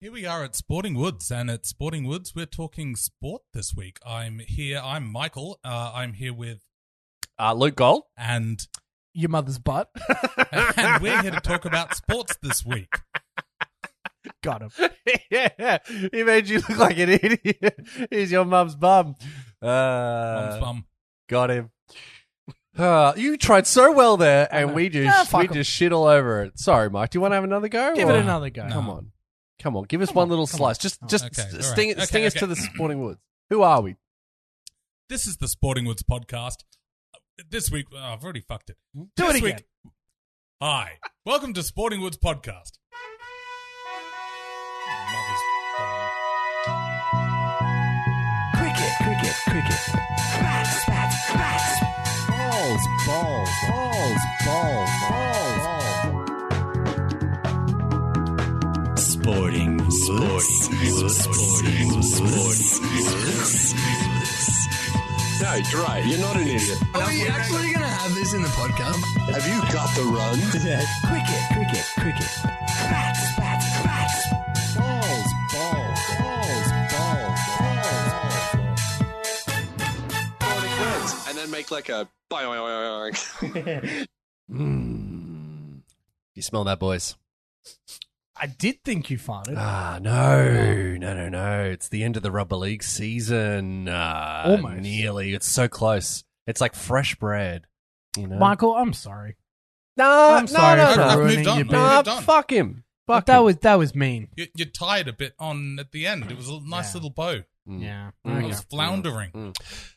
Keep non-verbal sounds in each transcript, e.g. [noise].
Here we are at Sporting Woods, and at Sporting Woods, we're talking sport this week. I'm here. I'm Michael. Uh, I'm here with Uh, Luke Gold. and [laughs] Your mother's butt. [laughs] and we're here to talk about sports this week. Got him. [laughs] yeah, he made you look like an idiot. [laughs] He's your mum's bum. Uh, Mum's bum. Got him. Uh, you tried so well there, I and know. we just Ah, fuck we him. just shit all over it. Sorry, Mike. Do you want to have another go? Give it or- another go. Come on, come on. Give us one little slice. Just just Okay, st- all right. sting, Okay, sting us okay. to the sporting woods. Who are we? This is the Sporting Woods podcast. This week, oh, I've already fucked it. Do this it again. Week, hi, welcome to Sporting Woods podcast. Mother's bum. Cricket, cricket, cricket. Bats, bats, bats. Balls, balls, balls, balls, balls, balls. Sporting, sporting, sporting, sporting, sporting. No, you're right. You're not an idiot. Are we actually going to have this in the podcast? Have you got the [laughs] run? Cricket, cricket, cricket. Bats, bats, bats. Balls, balls, balls, balls, balls, balls. Sporting words. And then make like a. [laughs] Mm. You smell that, boys? I did think you farted. Ah, no, no, no, no. It's the end of the Rubber League season. Uh, Almost. Nearly. It's so close. It's like fresh bread. You know? Michael, I'm sorry. Uh, no, I'm sorry no, for no, I've no. moved ruining on. your I've bit. Nah, Done. fuck him. Uh, Fuck That him. was that was mean. You, you tied a bit on at the end. It was a nice Yeah. little bow. Mm. Yeah. Mm. It Okay. was floundering.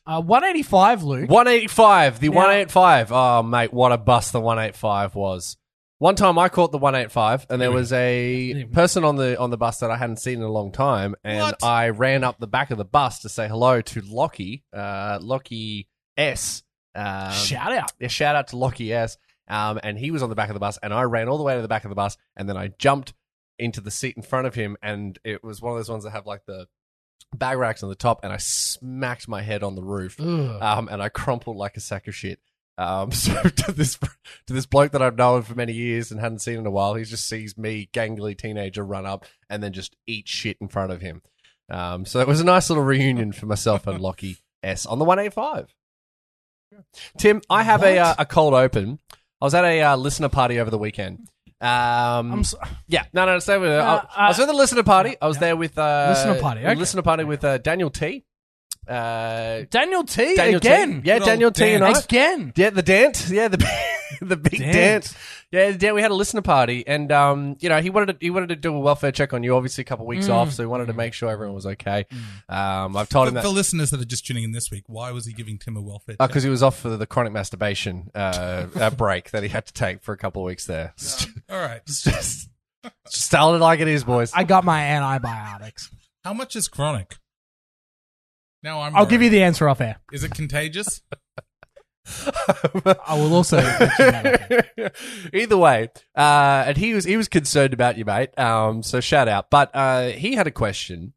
Uh, 185, Luke. 185. The Now- 185. Oh, mate, what a bust the 185 was. One time I caught the 185 and there was a person on the on the bus that I hadn't seen in a long time and What? I ran up the back of the bus to say hello to Lockie, uh Lockie S. Um, Shout out. yeah, shout out to Lockie S. Um, and he was on the back of the bus, and I ran all the way to the back of the bus, and then I jumped into the seat in front of him, and it was one of those ones that have like the bag racks on the top, and I smacked my head on the roof, [laughs] Ugh. um, and I crumpled like a sack of shit. Um, [laughs] so to this to this bloke that I've known for many years and hadn't seen in a while, he just sees me, gangly teenager, run up and then just eat shit in front of him. Um, so it was a nice little reunion for myself and Lockie S on the one eight five. Tim, I have a What? uh, a cold open. I was at a uh, listener party over the weekend. Um, I'm so- yeah, no, no, stay with it. I, Uh, I was uh, at the listener party. I was yeah. there with uh, Listener party, okay. listener party with uh, Daniel T. Uh, Daniel T Daniel again. Oh, T. Yeah, Good old Daniel T. and Dan. I. Again. Yeah, the dance. Yeah, the [laughs] the big Dant. dance. Yeah, the dance. We had a listener party, and um, you know, he wanted to, he wanted to do a welfare check on you. Obviously, a couple of weeks Mm. off, so he wanted to make sure everyone was okay. Um, I've told him For, that for listeners that are just tuning in this week, why was he giving Tim a welfare check? because he was off for the chronic masturbation uh, uh, break that he had to take for a couple of weeks [laughs] there. All right. just, just tell it like it is, boys. I got my antibiotics. How much is chronic? Now I'm. I'll give you the answer off air. the. Is it [laughs] contagious? I will also. let you know that. [laughs] Either way, uh, and he was he was concerned about you, mate. Um, so shout out, but uh, he had a question,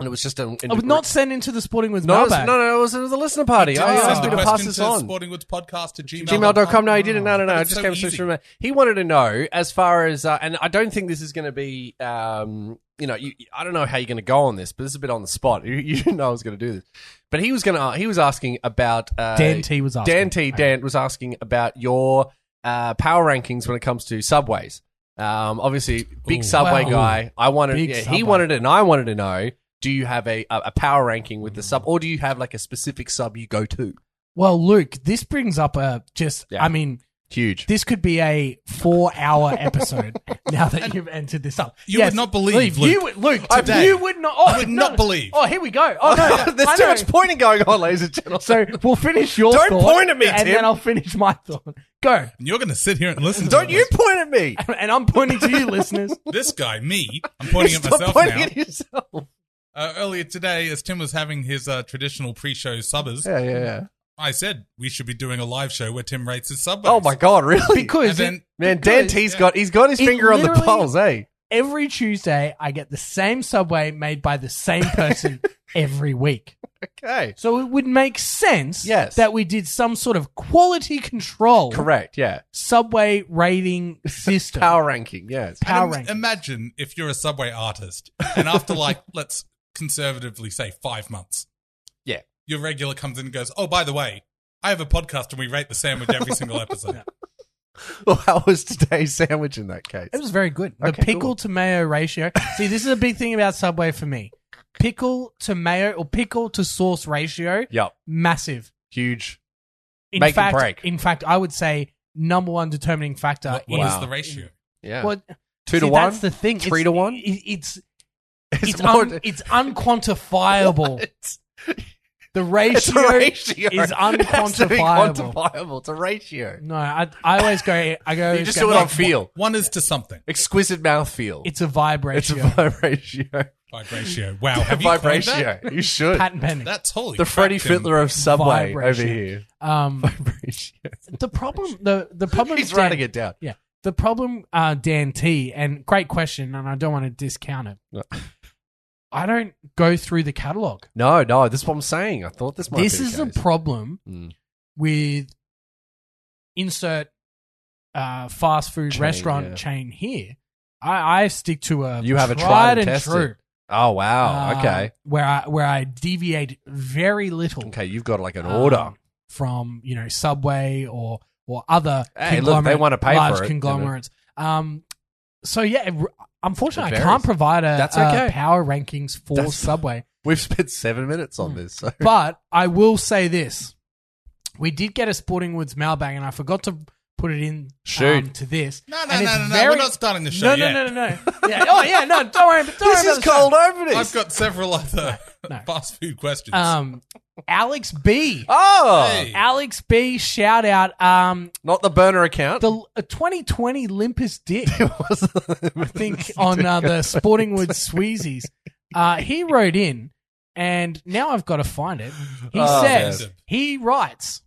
and it was just an. I was Oh, not sent into the Sporting Woods No, it was- mailbag. no, no, it was, it was a listener party. I you asked send me the to a pass question this to on. sportingwoodspodcast at gmail.com. Gmail.com. No, he didn't. No, no, no. But I it's just so came easy. straight from him. He wanted to know as far as, uh, and I don't think this is going to be, um, you know, you, I don't know how you're going to go on this, but this is a bit on the spot. [laughs] You, you didn't know I was going to do this, but he was going to. He was asking about uh, Dan T was asking. Dan T. Dan was asking about your uh, power rankings when it comes to subways. Um, obviously, big Ooh. subway Wow. guy. I wanted. Big yeah, Subway. he wanted it, and I wanted to know. Do you have a, a a power ranking with the sub, or do you have like a specific sub you go to? Well, Luke, this brings up a just. Yeah. I mean, Huge. this could be a four-hour episode. now that you've entered this up, You would not believe, You Luke, would, Luke, today. you would not. Oh, You would no. not believe. Oh, here we go. Oh [laughs] [laughs] no, There's I too know. much pointing going on, ladies and gentlemen. [laughs] So we'll finish your. Don't thought, point at me, and Tim. then I'll finish my thought. Go, [laughs] And you're going to sit here and listen. to don't all you point at me. and I'm pointing [laughs] to you, listeners. This This guy, me. I'm pointing at Stop myself pointing now. at yourself. Uh, earlier today, as Tim was having his uh, traditional pre-show subbers, Yeah, yeah, yeah. I said we should be doing a live show where Tim rates his subways. Oh my god, really? And Because then Man, Because- Dan T's got he's got his It finger on the literally- pulse, eh? [laughs] every Tuesday I get the same subway made by the same person every week. Okay. So it would make sense Yes. that we did some sort of quality control Correct. Yeah. subway rating [laughs] system. Power ranking. Yes. And Power im- ranking. Imagine if you're a Subway artist, and [laughs] after like let's conservatively say five months, Yeah. your regular comes in and goes, "Oh, by the way, I have a podcast, and we rate the sandwich every [laughs] single episode." Well, [laughs] how was today's sandwich in that case? It was very good. The Okay, cool. pickle to mayo ratio. See, this is a big thing about Subway for me. Pickle to mayo or pickle to sauce ratio, Yep. massive. Huge. In Make and fact, break. in fact, I would say number one determining factor. What, is what is Wow. the ratio? Yeah. What, Two to see, one. That's the thing. Three It's- to one? it- it's It's it's, more un- to- it's unquantifiable. It's- The ratio, [laughs] it's a ratio. It is has to be unquantifiable. quantifiable. It's a ratio. No, I, I always go. I go. You just go, do it on like, feel. One is to something. Exquisite mouthfeel. It's a vibe It's a ratio. vibe ratio. Vibe ratio. [laughs] Wow, have you Vibe coined that? ratio. You should. Patent pending. That's holy. the crap, Freddy Tim. Fittler of Subway Vibe over ratio. here. [laughs] Um, Vibe ratio. the problem. The [laughs] the problem. He's Dan- writing it down. Yeah. The problem, uh, Dan T, and great question, and I don't want to discount it. No. I don't go through the catalog. No, no, this is what I'm saying. I thought this might This be the is a case. problem Mm. with insert uh, fast food Chain, restaurant yeah. chain here. I, I stick to a You have a tried, tried and and, tested. true. Oh, wow. uh, okay. where I where I deviate very little. Okay, you've got like an um, order. from you know Subway or or other Hey, look, they conglomerate- wanna pay large for it, conglomerates. Um, so yeah, it- It unfortunately, I varies. can't provide a, That's a okay. power rankings for That's- [laughs] Subway, We've spent seven minutes on this. [laughs] So. but I will say this: we did get a Sporting Woods mailbag, and I forgot to put it in Shoot. um, to this. No, no, And no, it's no, no. very- We're not starting the show No, yet. no, no, no, [laughs] no. Yeah. Oh, yeah. No, don't worry. Don't worry this about is the cold show. opening. I've got several other No. [laughs] fast food questions. Um, Alex B. oh, Hey. Alex B. Shout out. Um, not the [laughs] burner account. the uh, 2020 Limpus Dick. [laughs] I [laughs] think on uh, the Sporting Woods Sweezies. Uh, he wrote in, and now I've got to find it. He Oh, says, yes. he writes,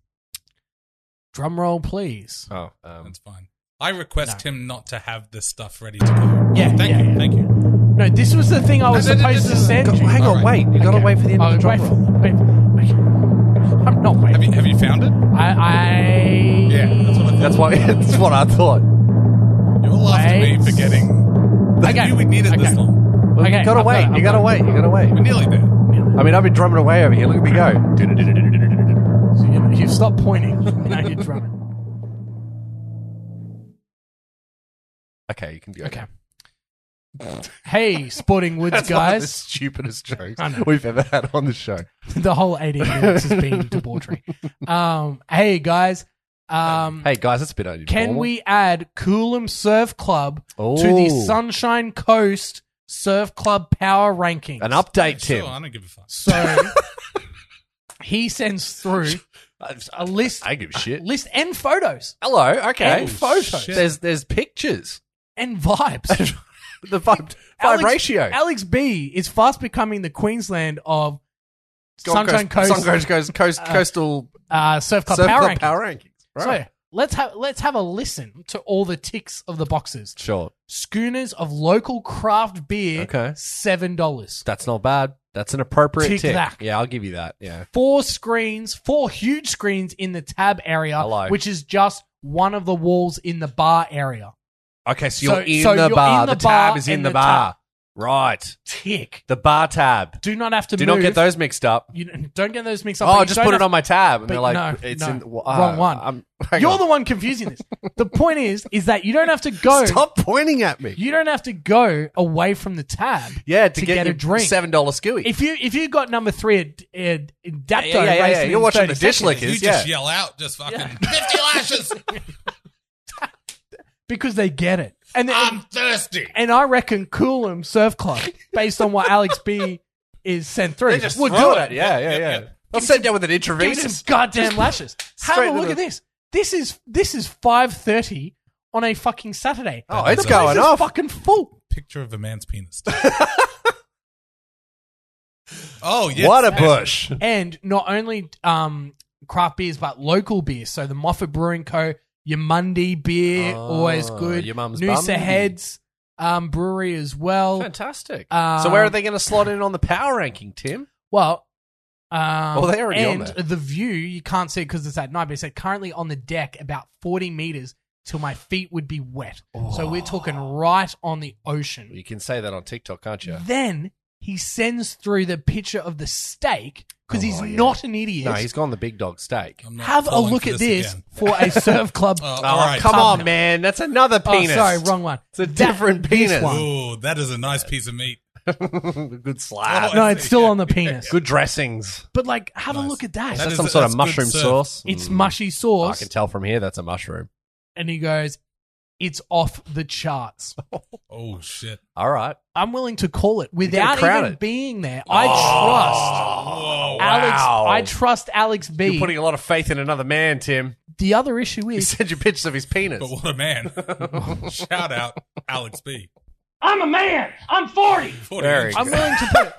drum roll, please. Oh, um, That's fine. I request No. him not to have this stuff ready to go. Yeah, thank yeah, you, yeah. thank you. No, this was the thing I was No, no, no, no, supposed to no, no. send Go- you. hang on, Alright. wait. You gotta Okay. wait for the end Oh, of the drum wait for- roll. wait for- okay. I'm not Have waiting. you have you found it? I, I Yeah, that's what I thought. [laughs] That's why. That's what I thought. You're laughing at me Wait. for getting. I Okay. knew we needed Okay. this long. Well, Okay, you gotta I've got wait. it, you I've gotta got it. wait. You gotta wait. We're nearly there. I mean, I've been drumming away over here. Look at me go. So you, you've stopped pointing. [laughs] now you're drumming. Okay, you can go. Okay. Hey, Sporting Woods That's one of the guys. stupidest jokes I know. we've ever had on the show. [laughs] the whole 18 minutes has been debauchery. Um, hey guys, um, Hey guys, it's a bit unusual. can we add Coolum Surf Club to Ooh. the Sunshine Coast Surf Club power rankings? an update, Sure, Tim? I don't give a fuck. So he sends through a list, I give a shit. list and photos Hello. Okay. And photos. shit. There's there's pictures. and vibes. [laughs] The vibe, vibe Alex- ratio. Alex B is fast becoming the Queensland of Gold Sunshine Coast, Sunshine Coast, coast coastal uh, Surf Club Surf power Club rankings. power rankings. Right. So let's have let's have a listen to all the ticks of the boxes. sure. Schooners of local craft beer, Okay. seven dollars. That's not bad. That's an appropriate tick. Tick that. Yeah, I'll give you that. Yeah. Four screens, four huge screens in the tab area, Hello. which is just one of the walls in the bar area. Okay, so So- you're in so the you're bar. in the the tab bar is in and the, the bar. tab. Right. Tick. The bar tab. Do not have to Do move. not get those mixed up. You don't- don't get those mixed up. but Oh, you just don't put it have- on my tab, and but they're like, no, "It's no. in w- Wrong uh, one. I'm, hang You're on. the one confusing this. the point is, is that you don't have to go. Stop pointing at me. You don't have to go away from the tab. yeah, to, to get a your drink. Seven dollar skewy. If you if you got number three at, at, at yeah, Dapto, yeah, yeah, racing yeah. in You're watching 30 the dish seconds, lickers. you Yeah. just yell out, just fucking fifty lashes. because they get it. And Ah. then, I'm thirsty. And I reckon Coolum Surf Club, based on what Alex B is sent through. They just we'll throw do it. Yeah, yeah, yeah. I'll send down with an Give me intravenous. some goddamn lashes. [laughs] Have straight a to look the- at this. This is this is five thirty on a fucking Saturday. Oh, it's The place going is off. Fucking full. Picture of a man's [laughs] penis. oh yes. What a bush. And not only um, craft beers, but local beers. So the Moffat Brewing Co. Your Monday beer, Oh, always good. your mum's Noosa bum. Heads um, Brewery as well. Fantastic. Um, so where are they going to slot in on the power ranking, Tim? Well, um, Well, they're already on and there. the view you can't see because it's at night. But it said currently on the deck about forty meters till my feet would be wet. So we're talking Oh. right on the ocean. You can say that on TikTok, can't you? Then he sends through the picture of the steak because he's Oh, yeah. not an idiot. No, he's gone the big dog steak. I'm not Have a falling look for at this, again. for a [laughs] surf club. Oh, Oh, all right. come on, Thumbnail. man. That's another Oh, penis. sorry, wrong one. It's a That- different this penis. one. Ooh, that is a nice piece of meat. [laughs] Good slap. Oh, No, I it's see. still Yeah, on the penis. Good dressings. But like, have a Nice. look at Is that. that, is- some sort of that's good mushroom serve. sauce? it's Mm. mushy I sauce, can tell from here that's a mushroom. and he goes, "It's off the charts." Oh shit! All right. I'm willing to call it gonna without crown even it. being there. I Oh, Whoa. trust Alex. wow. I trust Alex B. You're putting a lot of faith in another man, Tim. the other issue He is sent you pictures of his penis. But what a [laughs] man! Shout out Alex B. I'm a man. [laughs] I'm 40. 40 Very inches. I'm willing to put.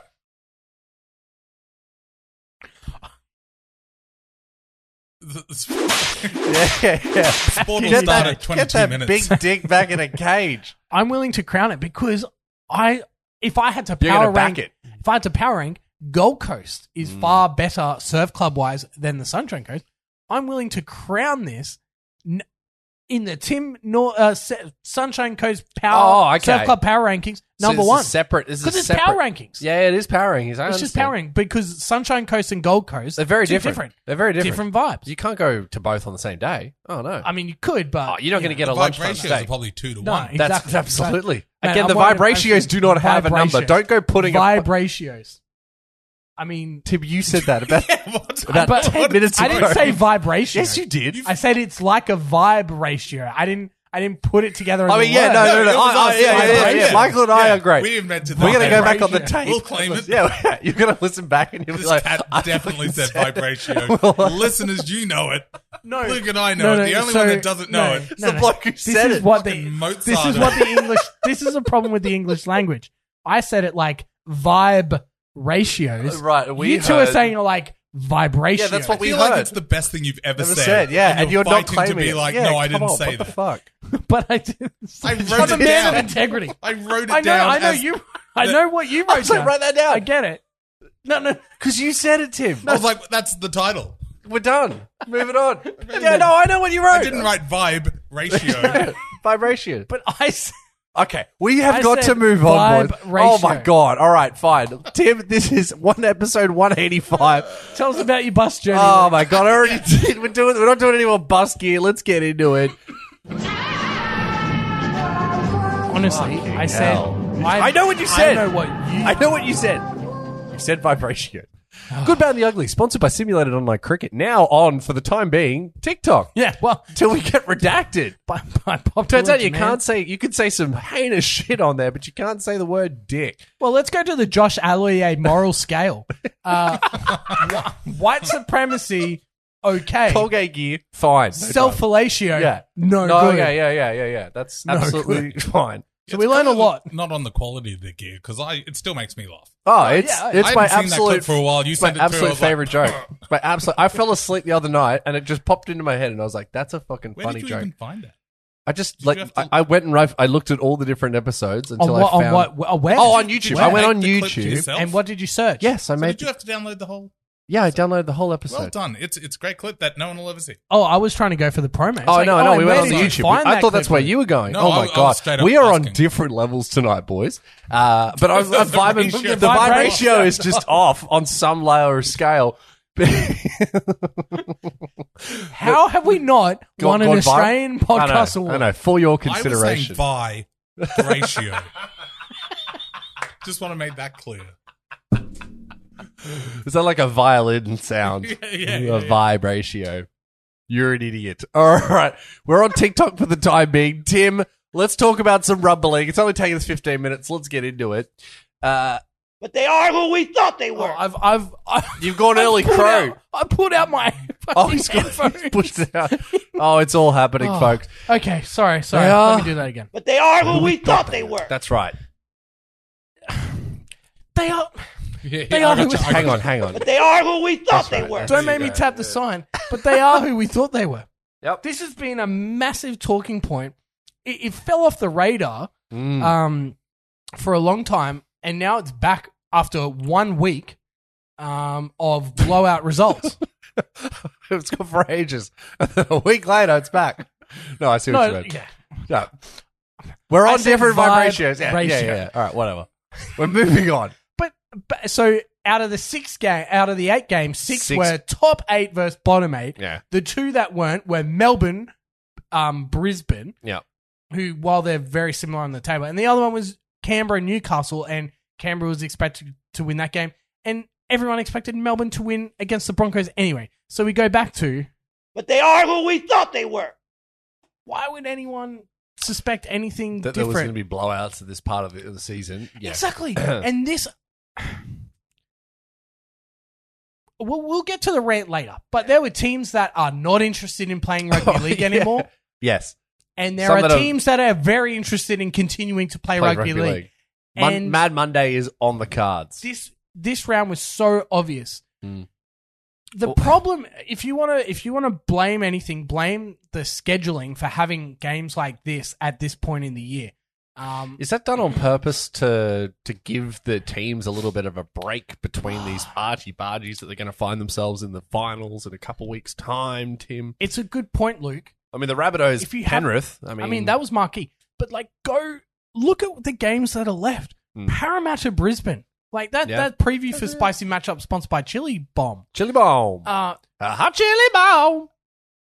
[laughs] yeah, yeah. Spawn will Get start that, at get 22 that minutes. [laughs] big dick back in a cage. I'm willing to crown it because I, if I had to You're power gonna back rank, it. Mm. if I had to power rank, Gold Coast is far better surf club wise than the Sunshine Coast. I'm willing to crown this n- in the Tim Nor- uh, Se- Sunshine Coast Power Oh, okay. Surf Club Power Rankings So number this is one separate. This is because it's separate. power rankings. Yeah, it is powering. He's It's just powering because Sunshine Coast and Gold Coast They're very two different. They're very different. different, vibes. You can't go to both on the same day. Oh no. I mean, you could, but Oh, you're not going to get a lunch Vibe lunchtime ratios are steak. probably two to No, one. That's Exactly. absolutely. Man, Again, I'm the worried- vibe ratios do not have a number. Vibratios. Don't go putting vibe a ratios. I mean, Tim, you said that about [laughs] [laughs] What? about [laughs] But- ten minutes ago. I didn't say vibe ratio. Yes, you did. I said it's like a vibe ratio. I didn't. I didn't put it together. As I mean, yeah, no, No, no, it no. was I- I- us. yeah, yeah, yeah, yeah. Vibration. Michael and I Yeah, are great. we invented We're that. gonna go back on the Vibration. tape. We'll claim it. Yeah, [laughs] you're gonna listen back and you'll be This like, cat I definitely fucking said said it. [laughs] vibratio. Listeners, you know it. no. Luke and I know it. The only one that doesn't know it It's the bloke who this said is it. What Fucking the, Mozart this is it. what the English. This is a problem with the English language. I said it like vibe ratios. Right, we you two are heard- saying like vibration. Yeah, that's what I we feel heard. like it's the best thing you've ever Never said. said, yeah, and, you're, not fighting claiming to be it. like, Yeah, no, I come didn't on, say what that. the [laughs] fuck? But I didn't. I say- wrote I'm a it man down. of integrity. I wrote it I know. down. I know as- you. I know what you [laughs] wrote So down. write that down. I get it. No, no. Because you said it, Tim. I was like, that's the title. We're done. [laughs] Moving on. yeah, no, I know what you wrote. I didn't write vibe [laughs] ratio. Vibration. But I. s- Okay, we have I got to said move on, vibe boys. ratio. Oh my god! All right, fine, Tim. This is one episode one eighty five. Tell us about your bus journey. Oh my god! I already [laughs] did. We're doing. We're not doing any more bus gear. Let's get into it. Honestly, I said hell. I, I know what you said. I know what you. I know what you said. You said [sighs] vibration. Good, bad, and the ugly. Sponsored by Simulated Online Cricket. Now on for the time being TikTok. yeah. Well, Till we get redacted. [laughs] by, by [laughs] pop Turns out you can't say. You could say some heinous shit on there, but you can't say the word dick. Well, let's go to the Josh Alloyer [laughs] moral scale. Uh, wh- white supremacy, okay. Colgate gear, fine. No Self fellatio, Yeah. no, No, good. yeah, yeah, yeah, yeah, yeah. That's No absolutely [laughs] fine. So we learn a lot. Not on the quality of the gear because I it still makes me laugh. Oh, it's yeah, it's I my hadn't seen that clip absolute for a while. You it's my sent it through, I absolute was like, [laughs] favorite joke. My absolute. I fell asleep the other night and it just popped into my head and I was like, "That's a fucking Where funny did you joke." even find that? I just Did like you have I, to- I went and I, I looked at all the different episodes On until what? I On found. what? wh- uh, Where? Oh, on YouTube. Did you I went make on the clip to YouTube. yourself? And what did you search? Yes, I So made. did you have to download the whole? yeah, I downloaded the whole Well episode. done. It's it's a great clip that no one will ever see. Oh, I was trying to go for the promo. It's Oh like, no, no, and we where went on did the you YouTube. find I that thought that's clip? where you were going. No, oh I- my I was god, straight up we are on asking. different levels tonight, boys. Uh, [laughs] but I'm, I'm The vibing. ratio. The vibe Vibe ratio ratio. is [laughs] just off on some layer of scale. [laughs] How have we not Gone- won an gone viral? Australian podcast I know, I award? know, for your I was saying consideration. by ratio. Just want to make that clear. Is that like a violin sound? [laughs] Yeah, yeah, a yeah, yeah. vibe ratio. You're an idiot. [laughs] All right. We're on TikTok for the time being. Tim, let's talk about some rumbling. It's only taking us 15 minutes. Let's get into it. Uh, But they are who we thought they Oh, were. I've, I've, I've you've gone early, pulled Crow. out- I pulled out [laughs] my. Oh, fucking he's, got, headphones. he's pushed it out. Oh, it's all happening, Oh. folks. Okay, sorry, sorry. They are- Let me do that again. But they are who we thought they were. That's right. [laughs] They are. Yeah, They yeah, I are gotcha, who- I Hang gotcha. on, hang on. But they are who we thought they were. Don't make me tap the sign. But they are who we thought they were. Yep. This has been a massive talking point. It, it fell off the radar [laughs] [laughs] Mm. um, for a long time, and now it's back after one week. um, of blowout results. it's gone for ages. [laughs] And then a week later, it's back. No, I see what you no, meant. yeah. No. We're I on said different vibe vibrations. Yeah, ratio. yeah, yeah, yeah. All right, whatever. We're moving on. But, but so out of the six game, out of the eight games, six, Six. were top eight versus bottom eight. Yeah. The two that weren't were Melbourne, um, Brisbane. Yeah. Who, while they're very similar on the table, and the other one was Canberra, Newcastle, and Canberra was expected to win that game, and everyone expected Melbourne to win against the Broncos anyway. So we go back to But they are who we thought they were. why would anyone suspect anything That there was going different? to be blowouts at this part of the, of the season. Yeah. [clears throat] Exactly. and this. We'll, we'll get to the rant later, but there were teams that are not interested in playing rugby [laughs] Oh, league yeah. anymore, Yes. and there Some that are are- teams that are very interested in continuing to play, Play rugby, league. Mon- And- Mad Monday is on the cards. This this round was so obvious. Mm. The Well- problem, if you want to, if you want to blame anything, blame the scheduling for having games like this at this point in the year. Um, Is that done on purpose to to give the teams a little bit of a break between [sighs] these argy bargies that they're going to find themselves in the finals in a couple weeks' time, Tim? it's a good point, Luke. I mean, the Rabbitohs, If you have- Penrith. I mean, I mean, that was marquee. But like, go look at the games that are left. Mm. Parramatta, Brisbane. Like that. Yeah. That preview for spicy matchup sponsored by Chili Bomb. Chili Bomb. Uh, a hot Chili Bomb.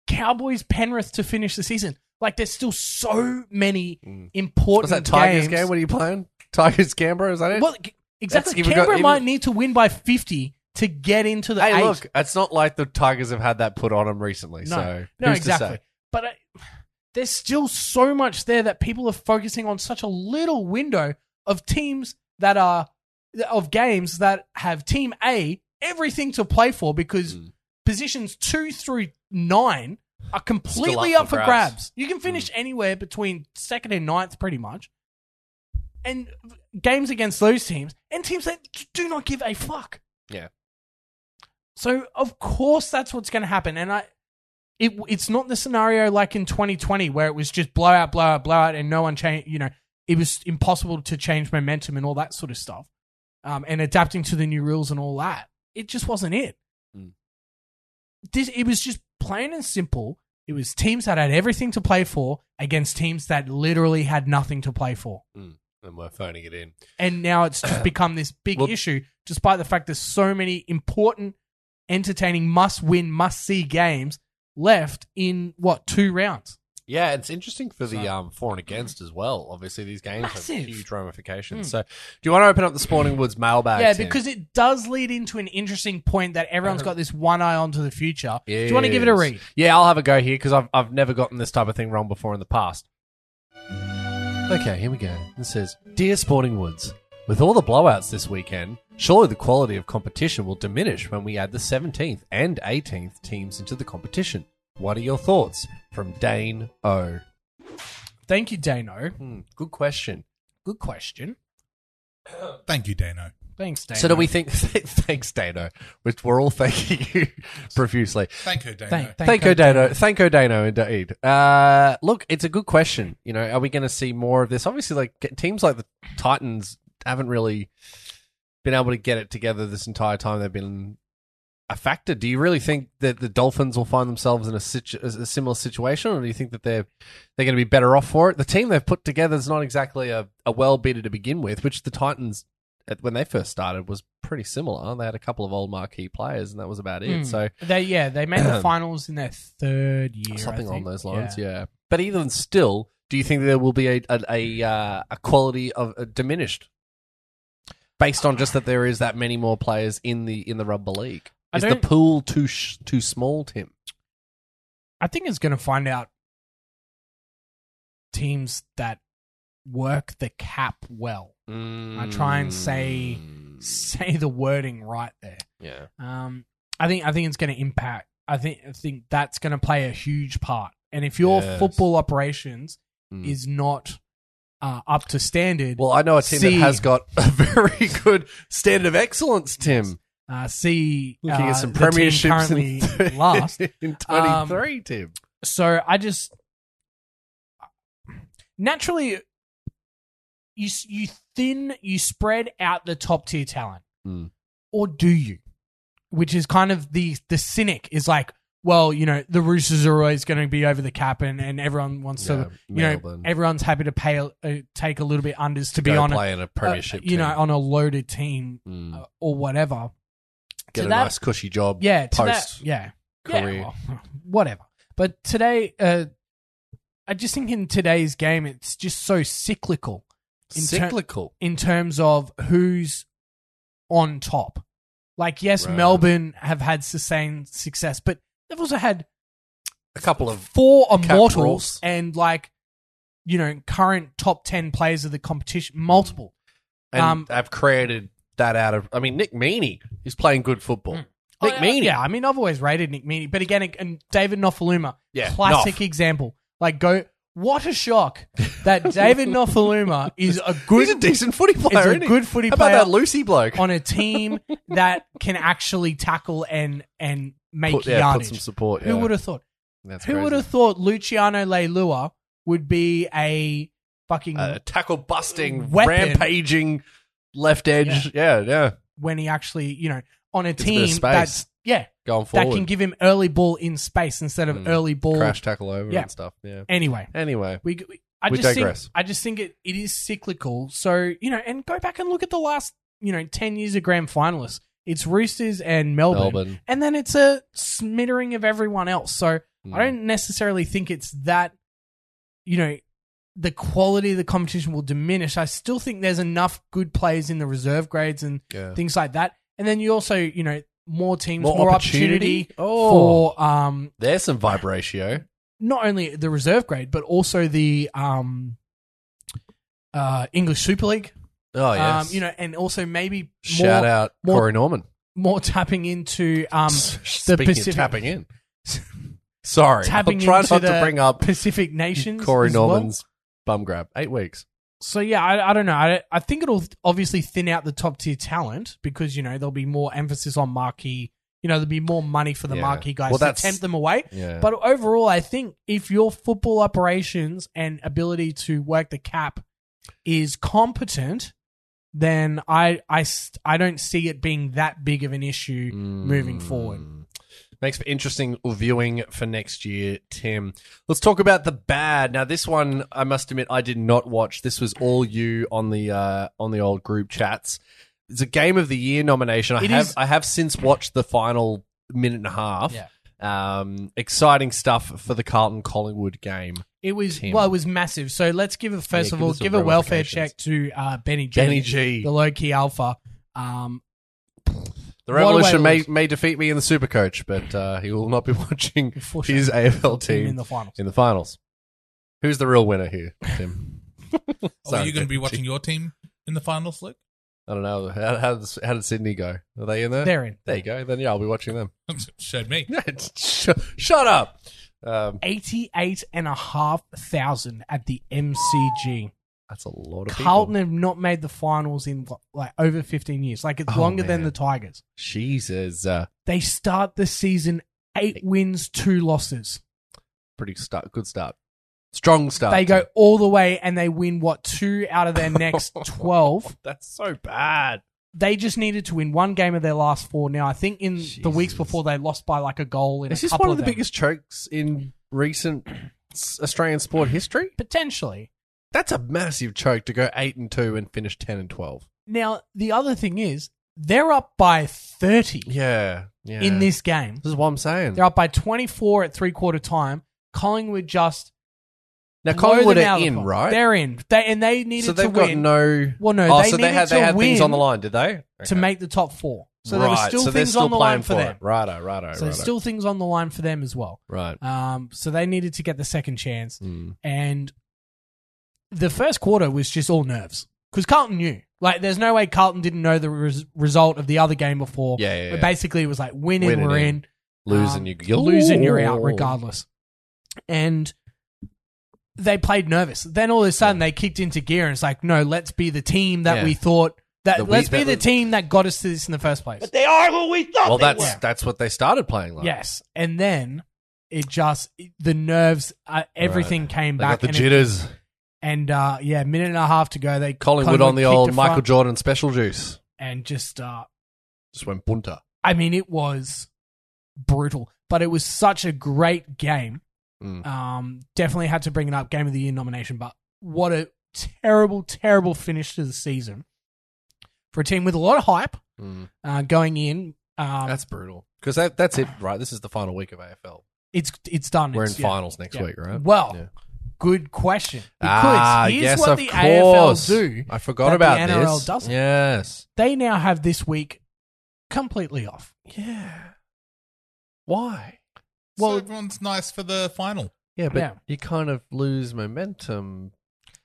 Cowboys, Penrith to finish the season. Like, there's still so many Mm. important What's that Tigers games. game? What are you playing? [laughs] Tigers Canberra? Is that it? Well, g- exactly. even got- Canberra even- might need to win by 50 to get into the hey, eight. look, it's not like the Tigers have had that put on them recently. No, so no, who's exactly. To say? But I, there's still so much there that people are focusing on such a little window of teams that are of games that have team A everything to play for because Mm. positions two through nine are completely up up, for for grabs. grabs. Hmm. You can finish anywhere between second and ninth, pretty much. And games against those teams and teams that do not give a fuck. Yeah. So of course that's what's going to happen, and I, it it's not the scenario like in 2020 where it was just blowout, blowout, blowout, and no one changed. You know, it was impossible to change momentum and all that sort of stuff, um, and adapting to the new rules and all that. It just wasn't it. Mm. This it was just plain and simple. It was teams that had everything to play for against teams that literally had nothing to play for. And we're phoning it in. And now it's [clears throat] just become this big Well- issue, despite the fact there's so many important, entertaining, must win, must see games left in what, two rounds? Yeah, it's interesting for the So- Mm-hmm. um, for and against as well. Obviously, these games Massive. have huge ramifications. Mm. So, do you want to open up the Spawning Woods mailbag? yeah, Tim? because it does lead into an interesting point that everyone's got this one eye on to the future. Do you want to give it a Yes. read? Uh, Yeah, I'll have a go here because I've, I've never gotten this type of thing wrong before in the past. Okay, here we go. It says Dear Sporting Woods, with all the blowouts this weekend, surely the quality of competition will diminish when we add the 17th and 18th teams into the competition. What are your thoughts? From Dane O. Thank you, Dano. Hmm, good question. Good question. Thank you, Dano. Thanks, Dano. So, do we think, [laughs] thanks, Dano, which we're all thanking [laughs] you profusely. Thank her, Dano. Thank, thank, Thank you, you, Dano. Thank you, Dano, indeed. Uh, look, it's a good question. You know, are we going to see more of this? Obviously, like get- teams like the Titans haven't really been able to get it together this entire time. They've been a factor. Do you really think that the Dolphins will find themselves in a, situ- a similar situation, or do you think that they're they're going to be better off for it? The team they've put together is not exactly a, a well beater to begin with, which the Titans at- when they first started was pretty similar. They had a couple of old marquee players, and that was about it. Mm. So. They yeah, they [clears throat] made the finals in their third year, I something along think. those lines. Yeah. but even still, do you think there will be a a a, uh, a quality of uh, diminished based on just that there is that many more players in the in the rugby league? I is the don't- pool too sh- too small, Tim? I think it's going to find out teams that work the cap well. Mm. I try and say- Hmm. Say the wording right there. Mm. yeah, Um, I think I think it's going to impact. I think I think that's going to play a huge part. And if your Yes. football operations Mm. is not uh, up to standard, Well, I know a team See- that has got a [laughs] very good standard of excellence, Tim. uh, see Looking uh, at some the team premierships currently in, [laughs] last. Um, in twenty three, Tim. So I just naturally you you thin you spread out the top tier talent, Mm. or do you? which is kind of the the cynic is like, well, you know, the Roosters are always going to be over the cap, and, and everyone wants to, you know, Melbourne. everyone's happy to pay a- uh, take a little bit unders to be Go on a, play in a premiership. uh, you know, team. on a loaded team Mm. uh, or whatever. get to a that- nice cushy job. Yeah, to that- post. yeah, career. Yeah, well, [laughs] whatever. But today, uh, I just think in today's game, it's just so cyclical in ter- cyclical. in terms of who's on top. Like, yes, Right. Melbourne have had sustained success, but they've also had A couple of four Cap immortals rules. and like you know current top ten players of the competition, multiple. and Um, I've created that out of. I mean, Nick Meaney is playing good football. Mm. Nick Oh, Meaney, yeah. I mean, I've always rated Nick Meaney, but again, and David Nofaluma, Yeah, classic Nof. example. Like, go. What a shock [laughs] that David Nofaluma is a good, he's a decent footy player. is a isn't he? good footy How player. about that Lucy bloke? [laughs] on a team that can actually tackle and and make put, yeah, put yardage. some support. Who would have thought? have? Who would have thought Luciano Leilua would be a fucking A tackle busting, Weapon. rampaging left edge. Yeah, yeah. when he actually you know on a a bit of team space that's yeah Going that forward, can give him early ball in space instead of Mm. early ball. crash tackle over Yeah. and stuff. Yeah. Anyway, Anyway, we. we I We just digress. think I just think it, it is cyclical. So you know, and go back and look at the last you know ten years of grand finalists. It's Roosters and Melbourne. Melbourne. and then it's a smattering of everyone else. So Mm. I don't necessarily think it's that, you know, the quality of the competition will diminish. I still think there's enough good players in the reserve grades and Hmm, Yeah. things like that. And then you also, you know, more teams, more, More opportunity, opportunity? Oh. for um, There's some vibe ratio. not only the reserve grade but also the um, uh, English Super League. Oh yes. Um, you know, and also maybe shout more, out more- Corey Norman. more tapping into [laughs] um, Speaking Pacific- of tapping in. [laughs] Sorry, Tapping I'm trying into not the to bring up Pacific nations. Corey as well. Norman's bum grab. Eight weeks. so yeah, I, I don't know. I, I think it'll obviously thin out the top tier talent because you know there'll be more emphasis on marquee. You know, there'll be more money for the Yeah. marquee guys Well, to that's- tempt them away. Yeah, But overall, I think if your football operations and ability to work the cap is competent, then I I s- I don't see it being that big of an issue Mm. moving forward. Makes for interesting viewing for next year, Tim. Let's talk about the bad. Now, this one, I must admit, I did not watch. This was all you on the uh, on the old group chats. It's a game of the year nomination. I It have is- I have since watched the final minute and a half. Yeah. Um, exciting stuff for the Carlton Collingwood game. It was Tim. well, it was massive. So let's give it first Yeah, of give all, us the give a welfare ramifications. check to uh, Benny G, Benny G. the low key alpha. Um, The What a way Revolution to may, lose. may defeat me in the Supercoach, but uh, he will not be [laughs] watching Unfortunately. his AFL team team in the finals. in the finals. Who's the real winner here, Tim? [laughs] Oh, are Sorry, you going to be Tim. watching your team in the finals, [laughs] Luke? I don't know. How, how, does, how did Sydney go? Are they in there? They're in. There you go. Then, yeah, I'll be watching them. [laughs] Showed me. Sh- Shut up. Um, 88,500 at the MCG. that's a lot of Carlton people. have not made the finals in what, like over 15 years. Like it's Oh, longer than man. the Tigers. Jesus. Uh, They start the season eight wins, two losses. pretty start. Good start. Strong start. They go all the way and they win what two [laughs] out of their next 12. That's so bad. They just needed to win one game of their last four. Now, I think in the weeks Jesus. before they lost by like a goal in Is a this couple one of the them. biggest chokes in recent s- Australian sport history? potentially. That's a massive choke to go eight and two and finish ten and twelve. Now, the other thing is they're up by 30 Yeah, yeah. in this game. this is what I'm saying. They're up by 24 at three quarter time. Collingwood just Now blow Collingwood them out are of the in, park. right? They're in. They and they needed so to they've got win no. Well, no, oh, they so they needed had to they had things win on the line, did they? Okay. to make the top four. So there were Right, still so they're things still on the playing line for them. Righto, righto, So righto. there's still things on the line for them as well. right. Um, so they needed to get the second chance, Mm. and the first quarter was just all nerves because Carlton knew. Like, there's no way Carlton didn't know the res- result of the other game before. Yeah, yeah, But yeah. basically, it was like winning, Winning we're in. in. Losing Um, you, you're losing, you're out regardless. And they played nervous. Then all of a sudden they kicked into gear and it's like, no, let's be the team that Yeah. we thought that That we- let's be that the we- team that got us to this in the first place. But they are who we thought Well, they that's were. that's what they started playing like. yes, and then it just the nerves, uh, everything came they back. got the and it- jitters. and uh, yeah, minute and a half to go. They Collingwood on the kicked old a Michael front Jordan special juice. and just uh, Just went bunter. I mean, it was brutal, but it was such a great game. Mm. Um, definitely had to bring it up, Game of the Year nomination, but what a terrible, terrible finish to the season for a team with a lot of hype Mm. uh, going in. Um, That's brutal. Because that, that's it, right? This is the final week of AFL. it's it's done. We're in It's- yeah. finals next Yeah. week, right? Well, Yeah. good question. Because ah, here's yes, what of the course. AFL do. I forgot that about the NRL this. doesn't. Yes. They now have this week completely off. [clears throat] Yeah. Why? Well- so everyone's nice for the final. Yeah, but Yeah. you kind of lose momentum.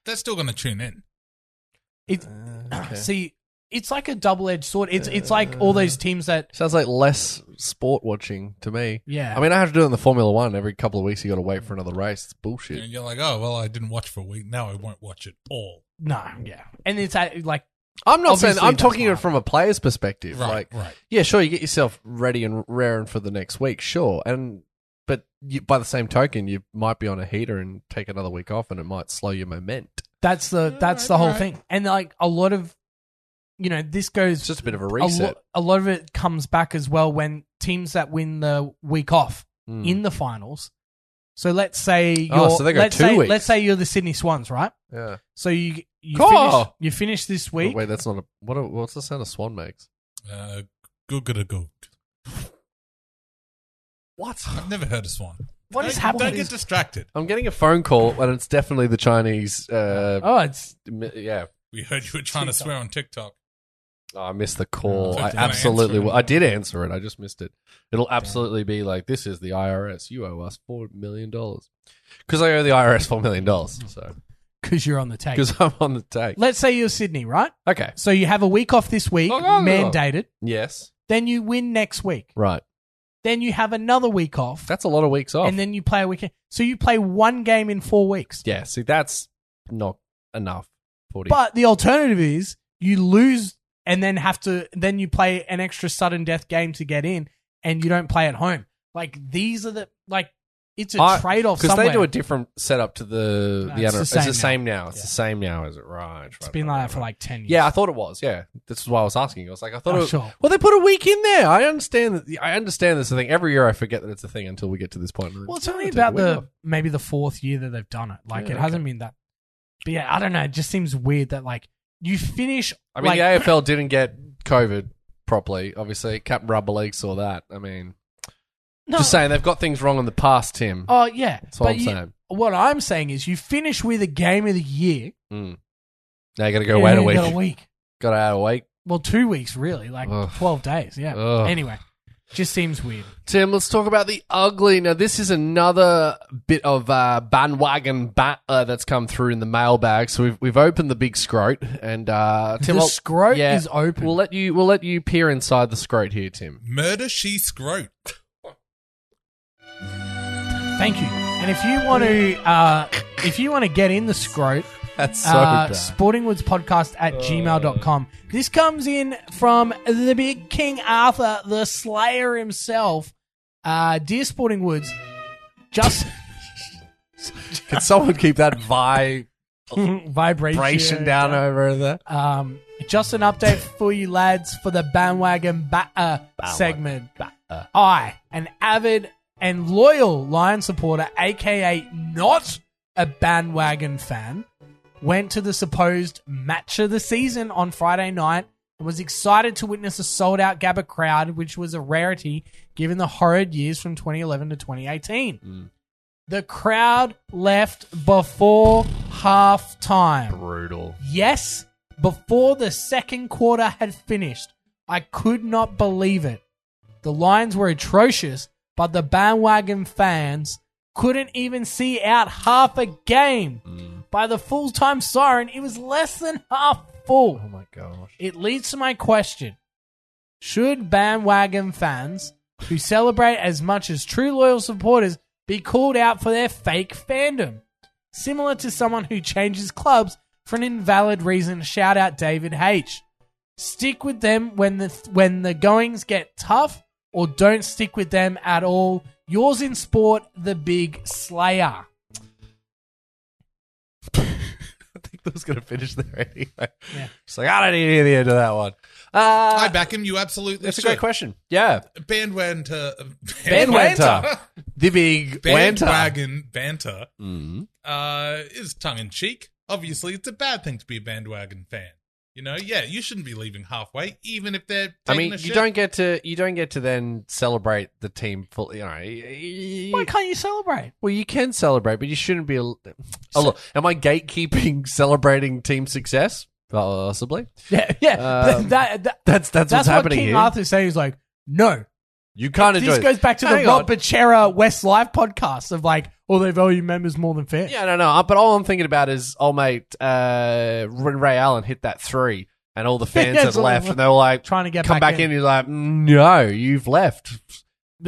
They're still going to tune in. It, Uh, okay. Uh. See, it's like a double edged sword. It's it's like all those teams that Sounds like less sport watching to me. yeah. I mean, I have to do it in the Formula One every couple of weeks. You got to wait for another race. It's And bullshit. you're like, oh well, I didn't watch for a week. Now I won't watch it all. no, yeah, and it's uh, like I'm not saying. Obviously, I'm that's talking not- it from a player's perspective. Right, Like, right. yeah, sure, you get yourself ready and raring for the next week, sure, and but you, by the same token, you might be on a heater and take another week off, and it might slow your moment. that's the that's Alright, the whole alright. thing, and like a lot of you know this goes It's just a bit of a a, lo- reset. a lot of it comes back as well when teams that win the week off Mm. in the finals. So let's say you're Oh, so they got let's two say weeks. let's say you're the Sydney Swans, right? yeah. So you you Cool. finish, you finish this But week. wait, that's not a what? A, what's the sound a swan makes? Uh, Google go. What? I've never heard a swan. What is Don't- happening? Don't get distracted. I'm getting a phone call, and it's definitely the Chinese. Uh, oh, it's mi- Yeah, We heard you were trying to TikTok. swear on TikTok. Oh, I missed the call. So I did you wanna absolutely. answer it? Will. I did answer it. I just missed it. It'll absolutely be like this is the IRS. You owe us four million dollars because I owe the IRS four million dollars. So because you're on the take. because I'm on the take. Let's say you're Sydney, right? Okay. So you have a week off this week, Oh, no, no, no. mandated. Yes. Then you win next week. Right. Then you have another week off, That's a lot of weeks off. and then you play a weekend. So you play one game in four weeks. yeah. See, that's not enough. Forty. But the alternative is you lose and then have to then you play an extra sudden death game to get in, and you don't play at home. Like these are the like it's a I- trade off. because Oh, Somewhere they do a different setup to the No, the it's other. the It's same the now. same now. It's Yeah. the same now. Is it right? it's right, been right, like right, that for right. like ten years. Yeah, I thought it was. Yeah, this is why I was asking. I was like, I thought Oh, it was. sure. Well, they put a week in there. I understand that. I understand this thing. Every year, I forget that it's a thing until we get to this point. Well, it's Oh, only take about a week the off. maybe the fourth year that they've done it. Like Yeah, it hasn't been that. But yeah, I don't know. It just seems weird that like you finish. I mean, like, the AFL didn't get COVID properly. Obviously, Captain Rubber League saw that. I mean, no, just saying they've got things wrong in the past, Tim. Oh yeah, That's what but I'm you- saying. what I'm saying is you finish with a game of the year. Mm. Now you got to go and wait then a you week. got a week. Got to add a week. Well, two weeks really, like Ugh. twelve days. Yeah. Ugh. Anyway, just seems [laughs] weird. Tim, let's talk about the ugly. Now, this is another bit of uh, bandwagon bat uh, that's come through in the mailbag. So we've we've opened the big scrote, and uh, Tim, the I'll- scrote yeah, is open. We'll let you we'll let you peer inside the scrote here, Tim. Murder she scrote. Thank you. And if you want to, uh, if you want to get in the scrote, That's uh, sportingwoodspodcast at gmail.com. This comes in from the big King Arthur, the Slayer himself. Uh, dear Sporting Woods, just [laughs] Can someone keep that vibration vibration down over there? Um, just an update for you lads for the bandwagon batter segment. uh, I, an avid and loyal Lion supporter, aka not a bandwagon fan, went to the supposed match of the season on Friday night and was excited to witness a sold out Gabba crowd, which was a rarity given the horrid years from 2011 to 2018. The crowd left before half time. Brutal. Yes, before the second quarter had finished. I could not believe it. The lines were atrocious, but the bandwagon fans couldn't even see out half a game. By the full time siren, it was less than half full. Oh my gosh. It leads to my question Should bandwagon fans who celebrate as much as true loyal supporters be called out for their fake fandom? Similar to someone who changes clubs for an invalid reason, shout out David H. Stick with them when the when the goings get tough or don't stick with them at all. Yours in sport, the big slayer. I was going to finish there anyway. Yeah. It's like, I don't need any of the end of that one. I Uh, back him. You absolutely. that's a should. great question. Yeah. Bandwagon. To, Bandwanter. The big wanter. bandwagon banter Mm. uh, is tongue in cheek. Obviously, it's a bad thing to be a bandwagon fan. You know, yeah, you shouldn't be leaving halfway, even if they're. Taking I mean, a you shit. don't get to you don't get to then celebrate the team fully. You know, y- Why can't you celebrate? [laughs] Well, you can celebrate, but you shouldn't be. A, oh, look, am I gatekeeping [laughs] celebrating team success? Possibly. Yeah, yeah. Um, that, that, That's that's, that's what's what happening King here. Arthur's saying. He's like, no, you can't enjoy. this it. goes back to the Hang Rob on. Bachera West Live podcast of like, all they value members more than fair. Yeah, no, no. uh, But all I'm thinking about is, oh mate, uh, when Ray Allen hit that three, and all the fans [laughs] Yeah, had it's all- left, and they were like, Trying to get "Come back, in. You're like, "Mm, "No, you've left."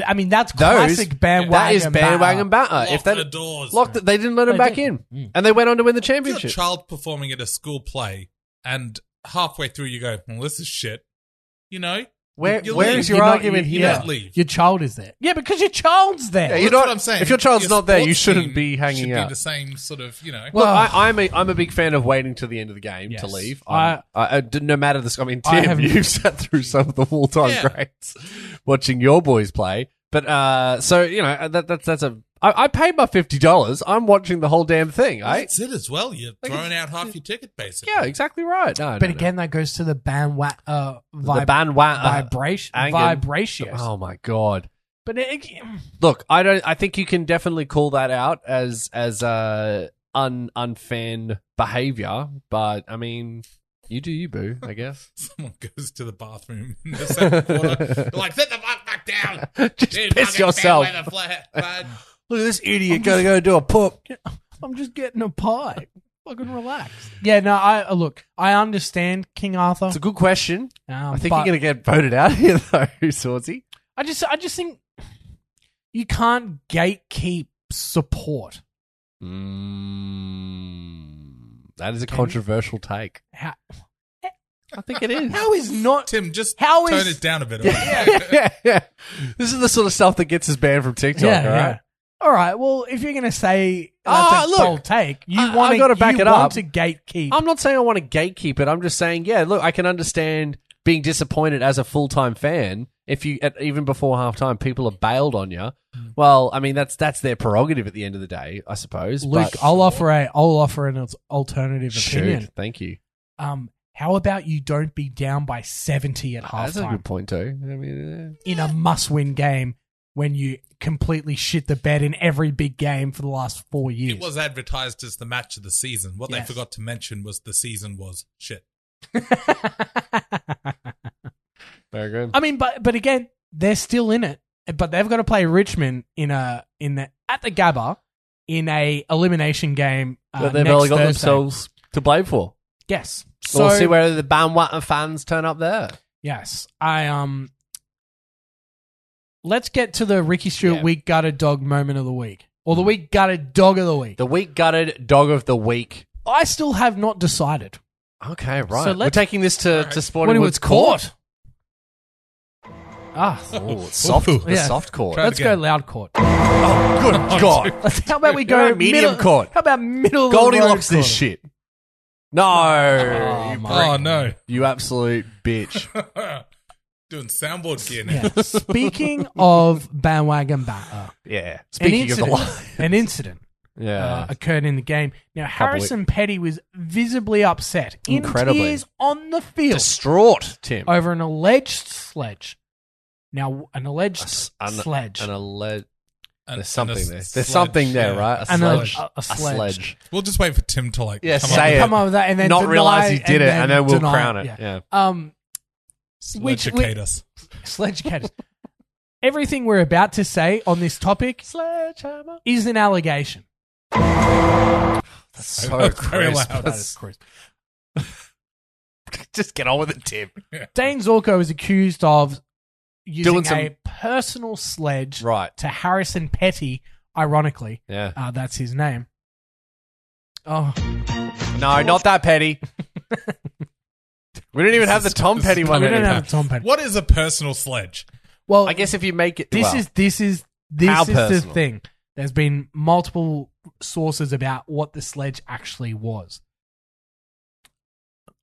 I mean, that's Those classic bandwagon. that is bandwagon batter. batter. Lock uh, if they the doors. locked, it, they didn't let him They back didn't. in, Mm. and they went on to win the If you're a championship. child performing at a school play, and halfway through you go, well, "This is shit." You know, Where, You're where leaving. is your You're not- argument you're you here? Yeah. don't leave. Your child is there. Yeah, because your child's there. Yeah, you That's don't- what I'm saying. if your child's not there, you sports shouldn't team be hanging should out. Be the same sort of, you know. Well, Well- I, I'm a I'm a big fan of waiting till the end of the game Yes. to leave. I, I, I- no matter the sc- I mean, I Tim, have- [laughs] you've sat through some of the all time Yeah. greats watching your boys play, but uh, so you know that that's that's a I, I paid my fifty dollars. I'm watching the whole damn thing. I That's it as well. You're Like, throwing it's- out half your ticket, basically. yeah, exactly right. No, no, But no. again, that goes to the bandwagon uh, the vib- band vibration. angle. Vibration. Oh my god. But it, it- Look, I don't. I think you can definitely call that out as as uh, un unfan behavior. But I mean, you do you, boo. I guess. [laughs] Someone [laughs] goes to the bathroom in the second quarter. You're like, sit the fuck back down. Just You piss fucking yourself. bandwagon flat, bud." Look at this idiot going to go do a poop. I'm just getting a pie. Fucking relax. Yeah, no, I uh, look, I understand King Arthur. It's a good question. um, I think but you're going to get voted out [laughs] here, though, Swordsy. I just I just think you can't gatekeep support. Mm, that is a Can you? controversial take. How, I think it is. [laughs] how is not Tim, just How tone is- it down a bit. [laughs] yeah, yeah. [laughs] This is the sort of stuff that gets us banned from TikTok. yeah, all right? yeah. All right. Well, if you're going to say Ah, that's a look, bold take, you I- want I've gotta back you it want up. to gatekeep. I'm not saying I want to gatekeep it. I'm just saying, yeah, look, I can understand being disappointed as a full time fan if you at, even before halftime people are bailed on you. Mm. Well, I mean that's that's their prerogative at the end of the day, I suppose. Luke, but- I'll offer a I'll offer an al- alternative opinion. shoot, thank you. Um, how about you don't be down by seventy at Ah, that's a halftime good point too. I mean, eh. in a must-win game when you completely shit the bed in every big game for the last four years? It was advertised as the match of the season. What Yes. they forgot to mention was the season was shit. [laughs] very good. I mean, but but again, they're still in it, but they've got to play Richmond in a in the at the Gabba in a elimination game. Uh, but they've next only got Thursday. themselves to blame for. Yes. So we'll see whether the bandwagon fans turn up there. yes, I um. Let's get to the Ricky Stewart Yeah. week gutted dog moment of the week, or the week gutted dog of the week. Hmm. The week gutted dog of the week. I still have not decided Okay, right. We're let's- taking this to, to Sporting What Woods was caught. Ah, Oh, it's soft, Ooh. the Yeah. soft court. Try it let's go again. loud court. Oh, good God. [laughs] How about we go Go medium middle- court. How about middle? of the road Goldilocks this court? shit. No. Oh, you, my Oh, no. you absolute bitch. [laughs] Doing soundboard gear now. [laughs] Yeah. Speaking of bandwagon batter, Yeah. an Speaking of the incident, line. an incident Yeah. uh, occurred in the game. Now Harrison Petty was visibly upset, in Incredibly. tears on the field Distraught, Tim. over an alleged sledge. Now, an alleged S- an- sledge, An alleged. And- There's something and a there. There's sledge, something there, yeah. right? A An- sledge. a- a sledge. sledge. We'll just wait for Tim to like Yeah, come up. say it. come over that, and then Not deny realize he did it, and then we'll deny- crown it. Yeah. yeah. Um, Which- Educate which- us. sledge cat. [laughs] Everything we're about to say on this topic Sledgehammer. is an allegation. That's so That's very crisp. loud. That is [laughs] crisp. Just get on with it, Tim. Dane Zorko is accused of using Doing some- a personal sledge Right. to Harrison Petty. Ironically, Yeah. uh, that's his name. Oh, No, not that petty. we didn't even have the Tom this Petty is one. we don't anymore. have a Tom Petty. What is a personal sledge? Well, I guess if you make it, this well, is this is this How is the personal? thing. There's been multiple sources about what the sledge actually was.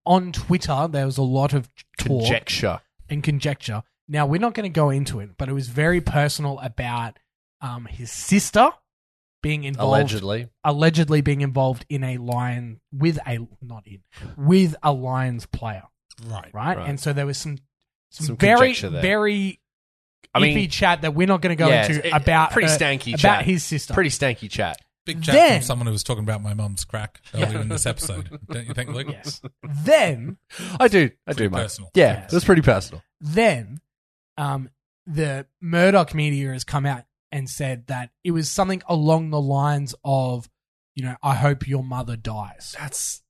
on Twitter, there was a lot of talk Conjecture. and conjecture. Now, we're not going to go into it, but it was very personal about um, his sister being involved, Allegedly. allegedly being involved in a lion with a not in with a Lions player, Right. right? Right. And so there was some some, Some very conjecture there. very I mean, iffy chat that we're not going to go yeah, into it- about pretty her- stanky about chat. his sister. pretty stanky chat. Big chat Then- from someone who was talking about my mum's crack earlier in this episode. Don't you think, Luke? yes. then I do. I do, Pretty mate. personal. Yeah, Yes. that's pretty personal. then um, the Murdoch media has come out and said that it was something along the lines of, you know, I hope your mother dies. That's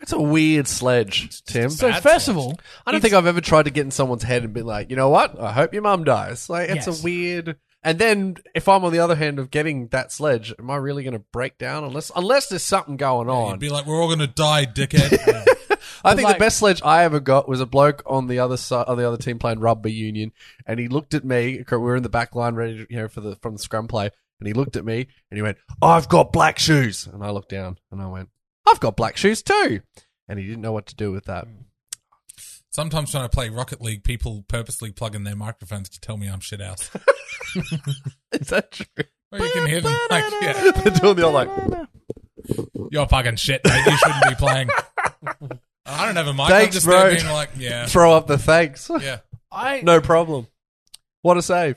that's a weird sledge, Tim. just So That's first of right. all, I don't think I've ever tried to get in someone's head and be like, you know what? I hope your mum dies. Like, it's Yes. a weird. And then if I'm on the other hand of getting that sledge, am I really going to break down unless unless there's something going You'd on? be like, we're all going to die, [laughs] dickhead. I think like- the best sledge I ever got was a bloke on the other side on the other team playing rugby union, and he looked at me. We were in the back line ready, to, you know, for the from the scrum play, and he looked at me and he went, "I've got black shoes," and I looked down and I went, "I've got black shoes too," and he didn't know what to do with that. [laughs] Sometimes when I play Rocket League, people purposely plug in their microphones to tell me I'm shit out. Is that true? Or you can hear them [laughs] like, yeah, [laughs] They're doing the old like. you're fucking shit, mate. You shouldn't be playing. I don't have a mic. I'm Thanks, just bro. there being like, yeah, Throw up the thanks. [laughs] yeah. I no problem. What a save.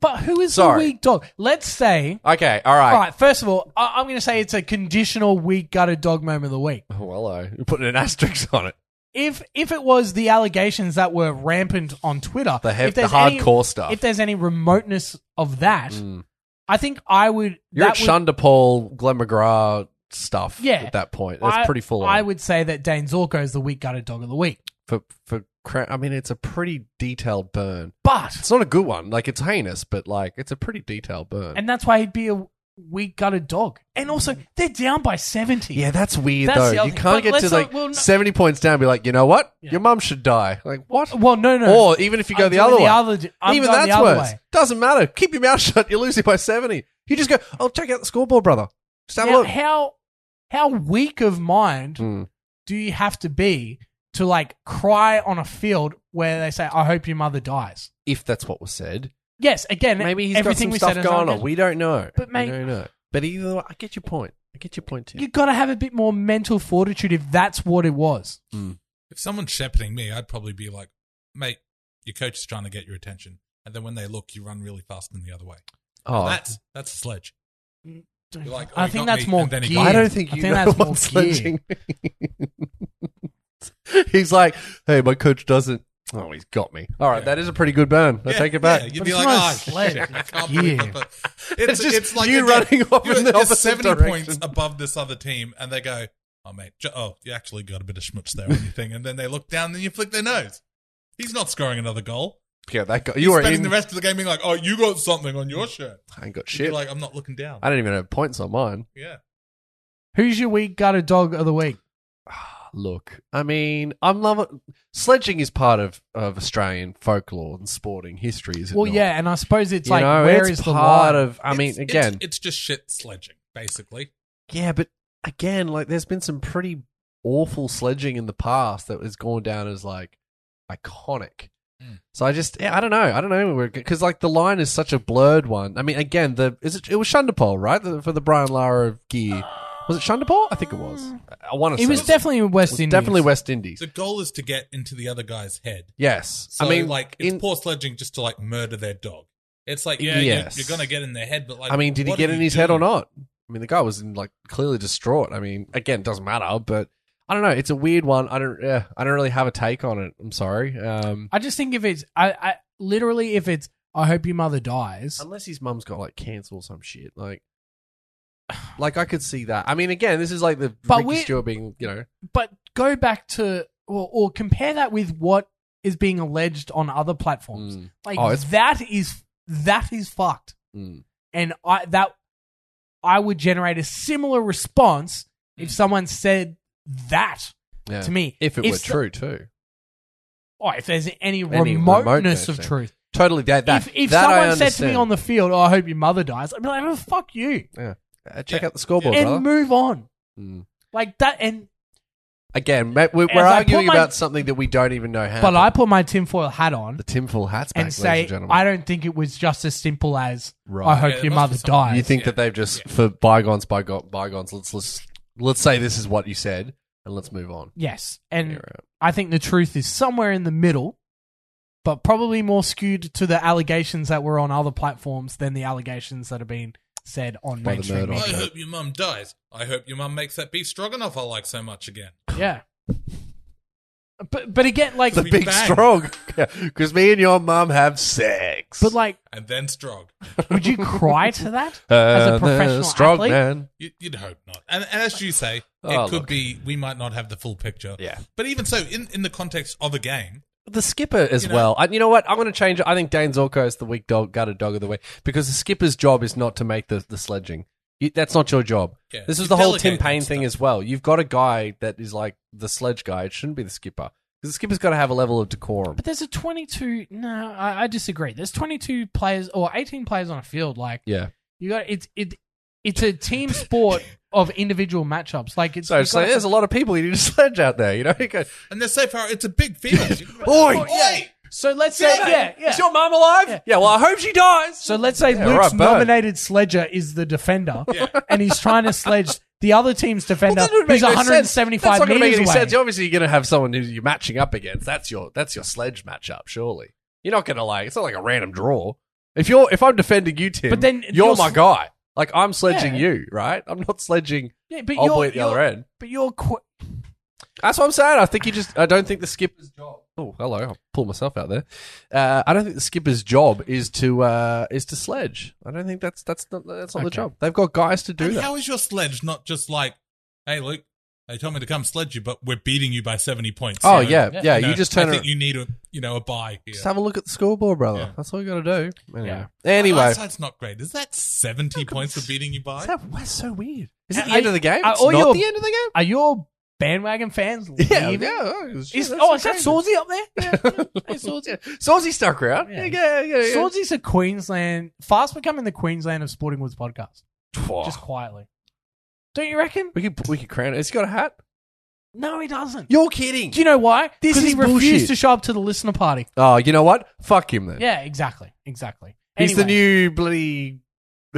but who is Sorry. the weak dog? Let's say Okay, all right. all right. First of all, I, I'm going to say it's a conditional weak gutted dog moment of the week. Oh, hello. You're putting an asterisk on it. If if it was the allegations that were rampant on Twitter, The, hev- if the there's any- hardcore stuff. if there's any remoteness of that, Mm. I think I would. You're that at would- Shonda Paul, Glenn McGrath stuff Yeah. at that point. That's I- pretty full on. I would say that Dane Zorko is the weak gutted dog of the week. for, for, cra- I mean, it's a pretty detailed burn. But It's not a good one. Like, it's heinous, but, like, it's a pretty detailed burn. and that's why he'd be a weak gutted dog. And also, they're down by seventy. yeah, that's weird, That's the though. other You thing. can't But get to, let's not- like, well, no- 70 points down and be like, you know what? Yeah. Your mum should die. Like, what? Well, no, no. Or even if you go I'm the doing other way. other- I'm Even going the that's other worse. way. Doesn't matter. Keep your mouth [laughs] shut. You're losing by 70. You just go, oh, check out the scoreboard, brother. Just have a Now, look. how how weak of mind Mm. do you have to be to like cry on a field where they say, "I hope your mother dies"? If that's what was said. Yes, again, Maybe he's got everything some we stuff said is going not on. good. We don't know. But, mate- we don't know. But either way, I get your point. I get your point, Tim. you got to have a bit more mental fortitude if that's what it was. If someone's shepherding me, I'd probably be like, mate, your coach is trying to get your attention. And then when they look, you run really fast in the other way. oh, That's that's a sledge. You're like, oh, I he think got that's me, more and then he gear. got me. I don't think I you think know that's [laughs] more what's gear. lynching me. [laughs] he's like, hey, my coach doesn't. Oh, he's got me. All right, Yeah. that is a pretty good burn. I Yeah, take it back. yeah, But You'd be it's like, not a oh, sledge, shit, I [laughs] it's can't gear." believe it. But it's, It's just it's like you again, running off you're- in the you're opposite 70 direction. points above this other team, and they go, oh, mate, j- oh, you actually got a bit of schmutz there or anything. And then they look down, and you flick their nose. He's not scoring another goal. "Oh, Yeah, that guy. You You He's were spending in. the rest of the game being like, oh, you got something on your shirt. I ain't got You'd be shit. like, I'm not looking down. I don't even have points on mine. yeah. Who's your weak gutted dog of the week? Look, I mean, I'm loving sledging is part of, of Australian folklore and sporting history, is it Well, not? yeah, and I suppose it's You like know, where it's is the part line? of? I mean, It's- it's- again, it's, just shit sledging, basically. yeah, but again, like there's been some pretty awful sledging in the past that has gone down as like iconic. Mm. So I just, yeah, I don't know, I don't know, because like the line is such a blurred one. I mean, again, the is it? It was Shundapole, right? The, for the Brian Lara gear, was it Shundapole? I think it was. I want to. Um, It was definitely West Indies. definitely West Indies. The goal is to get into the other guy's head. Yes, So, I mean, like, it's poor sledging just to, like, murder their dog. It's like, yeah, Yes. you're, you're going to get in their head, but, like, I mean, did he what get are in you his head or doing? not? I mean, the guy was in like clearly distraught. I mean, again, it doesn't matter, but I don't know. It's a weird one. I don't. Yeah, I don't really have a take on it. I'm sorry. Um, I just think if it's, I, I literally if it's, I hope your mother dies. unless his mum's got like cancer or some shit, like. [sighs] Like I could see that. I mean, again, this is like the But Ricky we- Stewart being, you know, But go back to or, or compare that with what is being alleged on other platforms. mm, Like Oh, it's- that is that is fucked, mm. and I that I would generate a similar response if Mm. someone said that yeah. to me. if it were so- true too. or if there's any, remoteness, remoteness, of yeah. truth. Totally, that that if if that I someone said to me understand. on the field, "Oh, I hope your mother dies," I'd be like, "Oh, fuck you," Uh, check Yeah. out the scoreboard, and brother. move on. Mm. Like that, and Again, mate, we're, As we're I arguing put my- about something that we don't even know how. But I put my tinfoil hat on the tinfoil hats back, and ladies say, and gentlemen. I don't think it was just as simple as, I Right. hope Yeah, there your must mother be something- dies. you think that they've just for bygones, bygones, bygones. Let's let's let's say this is what you said, and let's move on. yes. And Yeah, right. I think the truth is somewhere in the middle, but probably more skewed to the allegations that were on other platforms than the allegations that have been said on By the mainstream Murdoch. I media. hope your mum dies. I hope your mum makes that beef stroganoff I like so much again. Yeah. But but again, like The We big bang. strong, because me and your mum have sex. but like, And then strog. would you cry to that Uh, as the a professional strong athlete? man. You, you'd hope not. And, and as you say, Oh, it could look. be we might not have the full picture. Yeah. But even so, in, in the context of a game, The skipper as You know- well. I, you know what? I'm going to change it. I think Dane Zorko is the weak dog, gutted dog of the week because the skipper's job is not to make the, the sledging. You, that's not your job. Yeah, this is you the whole delegate Tim that Payne thing stuff. as well. You've got a guy that is like the sledge guy. It shouldn't be the skipper because the skipper's got to have a level of decorum. But there's a 22. No, I, I disagree. There's 22 players or 18 players on a field. Like Yeah. you got it's it. It's [laughs] a team sport of individual matchups. Like it's So, you've so got- there's a lot of people you need to [laughs] sledge out there. You know, you go, and they're so far, it's a big [laughs] field. Oi! Oi! So let's say yeah, yeah. Is your mum alive? Yeah. Yeah. Well, I hope she dies. So let's say Yeah, Luke's right, burn. nominated sledger is the defender, [laughs] and he's trying to sledge the other team's defender, that would who's make no sense. 175 That's not gonna meters make any away. sense. Obviously, you're going to have someone who you're matching up against. That's your that's your sledge matchup. Surely, you're not going to like. It's not like a random draw. If you're if I'm defending you, Tim, But then you're you're my sl- guy. Like I'm sledging Yeah. you, right? I'm not sledging. Yeah, but I'll you're, boy at the you're- other end. But you're qu- That's what I'm saying. I think you just. I don't think the skipper's job. Oh, hello. I'll pull myself out there. Uh, I don't think the skipper's job is to uh, is to sledge. I don't think that's that's not that's not the Okay. job. They've got guys to do And that. how is your sledge not just like, hey, Luke, they told me to come sledge you, but we're beating you by 70 points. Oh, So, yeah, yeah, you know, just turn I it- think you need a, you know, a buy here. Just have a look at the scoreboard, brother. Yeah. That's all you got to do. Anyway, Yeah. anyway, Hindsight's not great. Is that 70 points for beating you by? Is that, that's so weird. Is it the Are- end of the game? are It's all not your- the end of the are your bandwagon fans? game. Yeah, leaving? yeah. Oh, it's- Is, that's oh, is that crazy. [laughs] Sawsy up Yeah, there? Sawsy stuck around. Yeah, yeah, Yeah. yeah. yeah. Swordsy's a Queensland fast becoming the Queensland of Sporting Woods podcast. Pwah. Just quietly. Don't you reckon? we could we could crown it. Has he got a hat? No, he doesn't. You're kidding. Do you know why? This Because is he refused bullshit. to show up to the listener party. oh, you know what? Fuck him then. Yeah, exactly. Exactly. He's the Anyway, new bloody.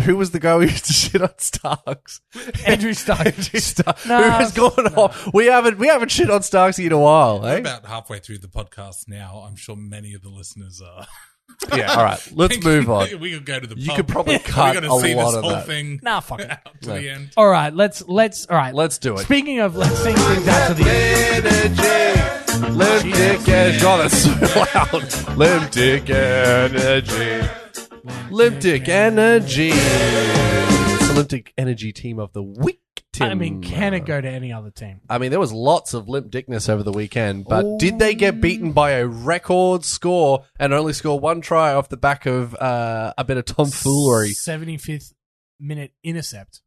Who was the guy who used to shit on Starks? [laughs] Andrew Stark. Andrew Stark. No, who has gone no. off? We haven't we haven't shit on Starks in a while, We're eh? about halfway through the podcast now. I'm sure many of the listeners are. Yeah. All right. Let's thinking move on. that [laughs] We could go to the. You pub. could probably [laughs] Are cut we a gonna see lot this of whole that. thing [laughs] nah, [laughs] fuck it. out to No. the end. All right, let's let's all right. Let's do it. Speaking of let's sing things out to the energy. Limp dick energy. God, that's so loud. Limp dick energy. Limp dick energy. It's the Limp dick energy team of the week. Tim. I mean, can it go to any other team? I mean, there was lots of limp dickness over the weekend, but did they get beaten by a record score and only score one try off the back of uh, a bit of tomfoolery? Seventy fifth minute intercept.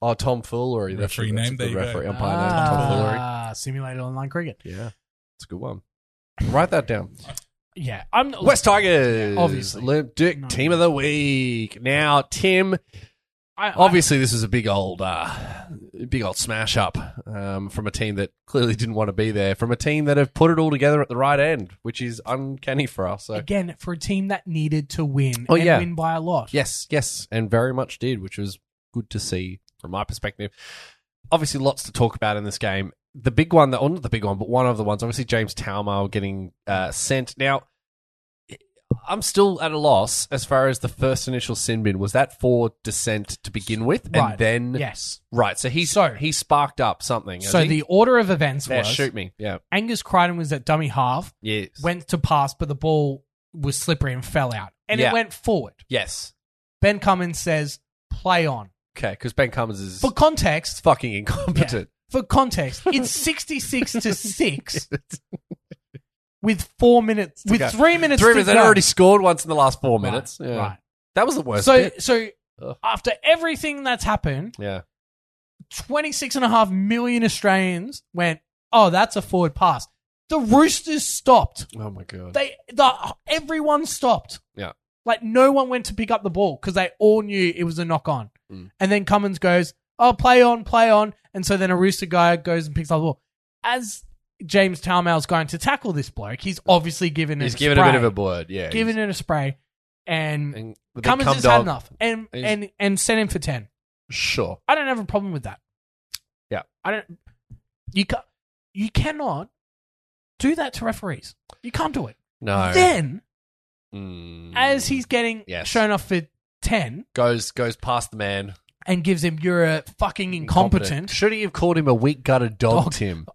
Oh, tomfoolery. That's Referee that's a name, there good you go. referee umpire name, tomfoolery. Ah, simulated online cricket. Yeah, it's a good one. Write that down. Yeah, I'm West Tigers, Oh. Yeah, obviously. Limp Dick No. team of the week. Now, Tim, I, I- obviously this is a big old, uh, big old smash up um, from a team that clearly didn't want to be there, from a team that have put it all together at the right end, which is uncanny for us. So, again for a team that needed to win Oh, and yeah. win by a lot. yes, yes, and very much did, which was good to see from my perspective. Obviously, lots to talk about in this game. The big one, that well, not the big one, but one of the ones, obviously James Talmar getting uh, sent now. I'm still at a loss as far as the first initial sin bin. Was that for dissent to begin with? Right. And then Yes. Right. So he So- he sparked up something. has So he? the order of events yeah, was shoot me. Yeah. Angus Crichton was at dummy half, Yes. went to pass, but the ball was slippery and fell out, and Yeah. it went forward. yes. Ben Cummins says, "Play on." Okay, because Ben Cummins is For context, fucking incompetent. [laughs] for context, it's sixty-six to six with four minutes, with go. three minutes. Three to minutes. They'd go. already scored once in the last four minutes. Right. Yeah. right. That was the worst. So, bit. so Ugh. after everything that's happened, yeah. 26 and a half million Australians went, oh, that's a forward pass. The Roosters stopped. Oh my god. They, the, everyone stopped. Yeah. Like no one went to pick up the ball because they all knew it was a knock on. Mm. And then Cummins goes, oh, play on, play on. And so then a Rooster guy goes and picks up the ball. as James Talmal's going to tackle this bloke, he's obviously given it He's a giving spray, a bit of a blurred, yeah. given it a spray, and, and the big Cummins cum has had dog- enough, and He's- and and sent him for ten. Sure. I don't have a problem with that. Yeah. I don't. You ca- you cannot do that to referees. You can't do it. No. Then, Mm. as he's getting Yes. shown off for ten, goes goes past the man. and gives him "You're a fucking incompetent." Should he have called him a weak gutted dog, Dog. [laughs] Tim?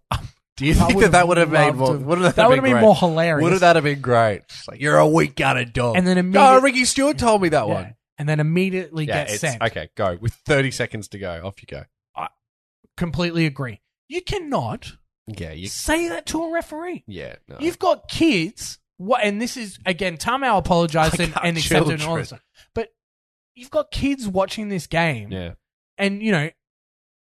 Do you I think that would've that would have made loved more? to- Wouldn't that, That have would have been great? more hilarious. Wouldn't that have been great? It's like, you're a weak gutted dog. And then oh, immediate- Ricky Stewart told me that Yeah. one. And then immediately Yeah, gets it's- sent. okay. Go with thirty seconds to go. Off you go. Completely agree. You cannot Yeah, you. say that to a referee. Yeah, no. You've got kids. What? And this is again. Tamau [laughs] apologized I and, got and accepted and all children. this stuff. But you've got kids watching this game, yeah, and you know,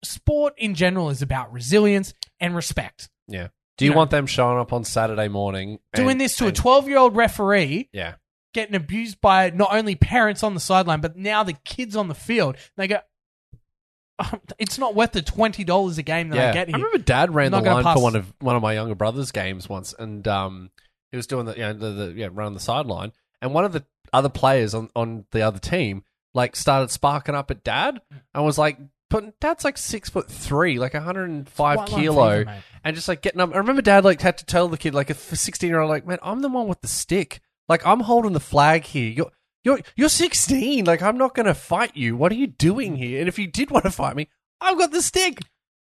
sport in general is about resilience and respect. yeah. Do you You know- want them showing up on Saturday morning Doing and- this to a and- twelve-year-old referee Yeah, getting abused by not only parents on the sideline, but now the kids on the field. They go, "Oh, it's not worth the twenty dollars a game that yeah. I get here. remember Dad ran I'm the not gonna line for pass. one of one of my younger brother's games once, and um, he was doing the you know the, the yeah run on the sideline, and one of the other players on on the other team like started sparking up at Dad, and was like. But dad's like six foot three, like hundred and five White line kilo, fever, mate. and just like getting up. I remember dad like had to tell the kid like a sixteen year old like, man, I'm the one with the stick. Like I'm holding the flag here. You're you're you're sixteen. Like I'm not gonna fight you. What are you doing here? And if you did want to fight me, I've got the stick.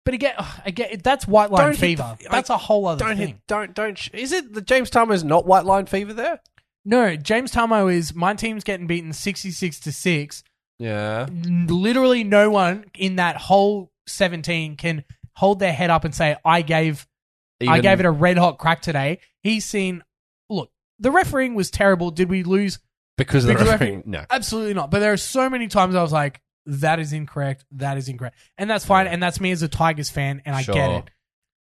But again, ugh, again, that's white line Don't hit fever. the- that's a whole other Don't thing. hit. Don't don't. Sh- is it the James Tamo is not white line fever there? No, James Tamo is my team's getting beaten sixty-six to six. Yeah. Literally, no one in that whole seventeen can hold their head up and say, "I gave, I gave it a red hot crack today." He's seen. Look, the refereeing was terrible. Did we lose? because of the because I referee. think- [laughs] No. Absolutely not. But there are so many times I was like, that is incorrect. That is incorrect. And that's fine. And that's me as a Tigers fan. And I get Sure.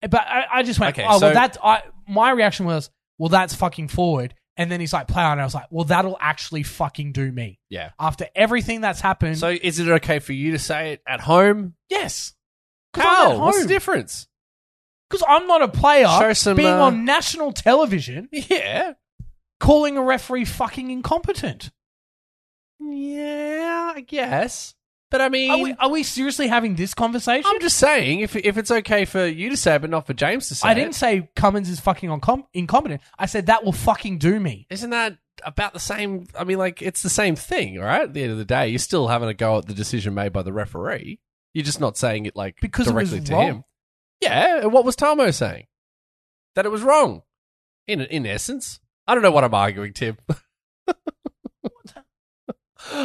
it. But I, I just went, Okay, oh, so- well, that's. I, my reaction was, well, that's fucking forward. And then he's like, play on. And I was like, well, that'll actually fucking do me. Yeah. After everything that's happened. So is it okay for you to say it at home? yes. How? What's the Because difference? I'm not a player Show some, being uh, on national television [laughs] Yeah. calling a referee fucking incompetent. Yeah. I guess. But I mean, Are we, are we seriously having this conversation? I'm just saying, if if it's okay for you to say it, but not for James to say I didn't it, say Cummins is fucking incom- incompetent. I said that will fucking do me. isn't that about the same? I mean, like it's the same thing, all right? At the end of the day, you're still having a go at the decision made by the referee. You're just not saying it like Because it was directly to wrong. him. Yeah, and what was Tamo saying? That it was wrong. In in essence, I don't know what I'm arguing, Tim. [laughs]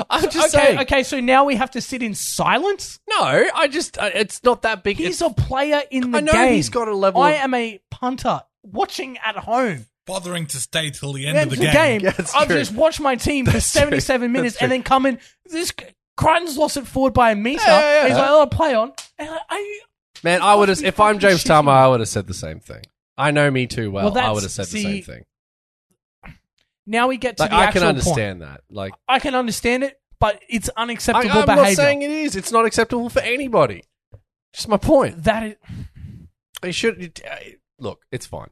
I'm [laughs] just okay, saying. okay. So now we have to sit in silence. No, I just I- it's not that big. It's- He's a player in the I know game. he's got a level. I of- am a punter watching at home. Bothering to stay till the end End of the game. Yeah, that's I've true. just watched my team for That's true. seventy-seven minutes, That's and true. then come in. This Crichton's lost it forward by a meter. Yeah, yeah, yeah. He's like, "Oh, play on." And I- I- Man, I would have. be If I'm fucking James shitty. Tama, I would have said the same thing. I know me too well. Well, I that's- would have said the see, same thing. now we get to Like, the I actual can point. understand that. Like, I can understand it, but it's I, unacceptable am behavior. not saying it is. It's not acceptable for anybody. Just my point. that is. It should it- uh, look. It's fine.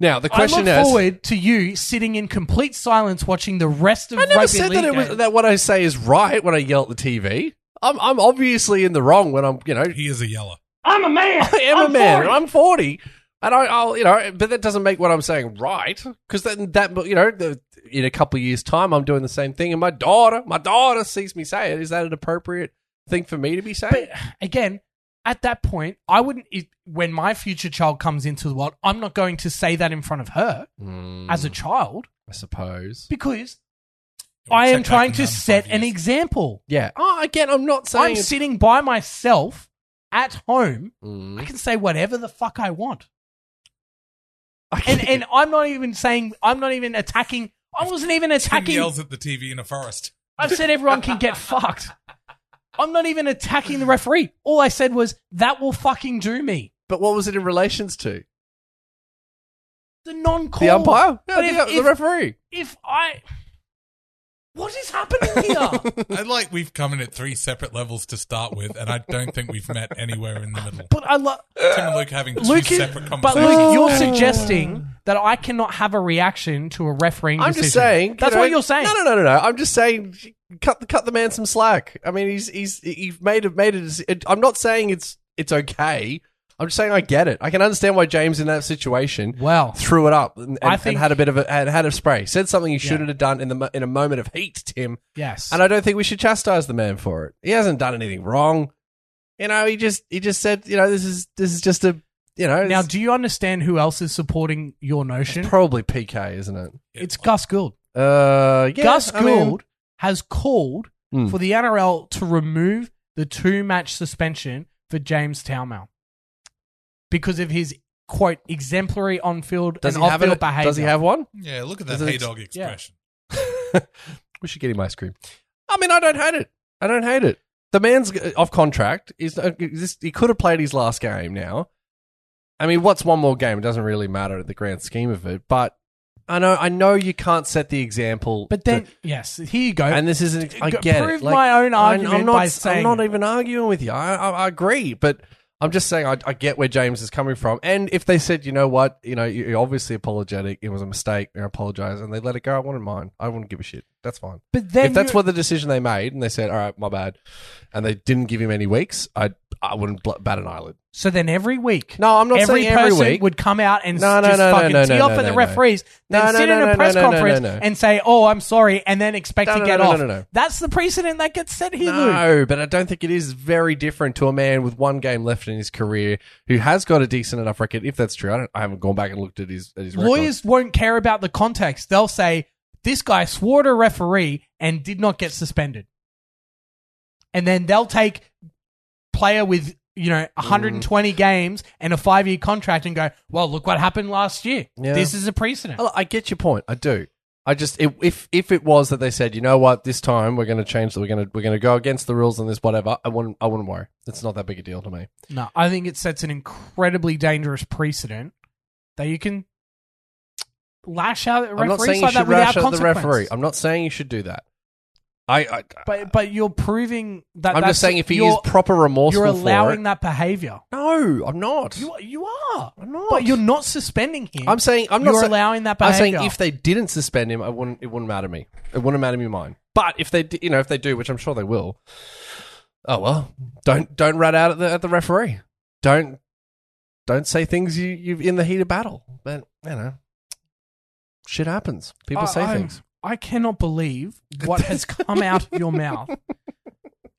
Now the I look question is. forward to you sitting in complete silence watching the rest of I never rugby said league that it was games. that what I say is right when I yell at the TV. I'm I'm obviously in the wrong when I'm you know [laughs] He is a yeller. I'm a man. I am a I'm man. 40. and I'm 40. And I, I'll, you know, but that doesn't make what I'm saying right. Because then that, you know, the, in a couple of years' time, I'm doing the same thing. And my daughter, my daughter sees me say it. Is that an appropriate thing for me to be saying? But again, at that point, I wouldn't. If, when my future child comes into the world, I'm not going to say that in front of her Mm, as a child I suppose. because You'll I check am back trying in to another set five an years. example. Yeah. Oh, again, I'm not saying. I'm sitting by myself at home. I Mm. can say whatever the fuck [laughs] I want, I and can't- and I'm not even saying I'm not even attacking. I wasn't even Tim attacking yells at the TV in a forest. I've said everyone can get fucked. I'm not even attacking the referee. All I said was that will fucking do me. but what was it in relations to? The non-call. The umpire? No, But the, if, the if, referee. if I What is happening here? [laughs] I like we've come in at three separate levels to start with, and I don't think we've met anywhere in the middle. but I love. Tim and Luke having two Luke is- separate but conversations. Luke, you're suggesting that I cannot have a reaction to a refereeing I'm decision. just saying. you That's know- what you're saying. No, no, no, no, no. I'm just saying. Cut the cut the man some slack. I mean, he's he's he's made a made a deci- it. I'm not saying it's it's okay. I'm just saying I get it. I can understand why James in that situation Well, threw it up and, and, I think- and had a bit of a had, had a spray. Said something he shouldn't have done in the mo- in a moment of heat, Tim. yes. And I don't think we should chastise the man for it. He hasn't done anything wrong. You know, he just he just said, you know, this is this is just a you know now, it's do you understand who else is supporting your notion? probably PK, isn't it? it's Gus Gould. Uh, yeah, Gus I Gould mean- has called Hmm. for the NRL to remove the two match suspension for James Taumel because of his quote exemplary on field does and he off have field it? behavior. Does he have one? yeah, look at Is that it- hey dog expression. we should get him ice cream. I mean, I don't hate it. I don't hate it. The man's uh, off contract. Is uh, this? He could have played his last game now. I mean, what's one more game? It doesn't really matter in the grand scheme of it. But I know, I know, you can't set the example. But then, yes, here you go. and this isn't. I Go- get prove it. Like, my own I- argument I'm not, by saying I'm not it. even arguing with you. I, I, I agree, but I'm just saying I, I get where James is coming from. And if they said, you know what, you know, you- you're obviously apologetic. It was a mistake. I apologize, and they let it go. I wouldn't mind. I wouldn't give a shit. That's fine. but then if that's you- what the decision they made, and they said, all right, my bad, and they didn't give him any weeks, I I wouldn't bl- bat an eyelid. So then every week, No, I'm not every saying every person week. would come out and No, s- no, just no, no, fucking no, tee no, off at no, the no. referees, No, then no, sit no, in a no, press no, no, no, conference no. and say, "Oh, I'm sorry," and then expect No, to no, get no, no, off. no, no. That's the precedent that gets set here, Luke. No, but I don't think it is very different to a man with one game left in his career who has got a decent enough record. If that's true, I, don't, I haven't gone back and looked at his at his record. Lawyers won't care about the context. They'll say this guy swore at a referee and did not get suspended, and then they'll take player with you know Mm-hmm. 120 games and a five year contract and go, well, look what happened last year. Yeah. This is a precedent. I I get your point. I do. I just it, if if it was that they said, you know what, this time we're going to change. We're going to we're going to go against the rules on this. Whatever. I wouldn't I wouldn't worry. It's not that big a deal to me. No, I think it sets an incredibly dangerous precedent that you can lash out at I'm not referees saying you like that should without rush out consequence. the referee. I'm not saying you should do that. I, I but but you're proving that. I'm that's- just saying if he is you're- proper remorseful you're for allowing it. that behavior. no, I'm not. You you are, I'm not. but you're not suspending him. I'm saying I'm not. You're sa- allowing that I'm saying behaviour. if they didn't suspend him, I wouldn't. It wouldn't matter to me. It wouldn't matter to me mine. But if they, d- you know, if they do, which I'm sure they will. Oh well, don't don't rat out at the, at the referee. Don't don't say things you you've in the heat of battle. But you know, shit happens. People I- say I'm- things. I cannot believe what [laughs] has come out of your mouth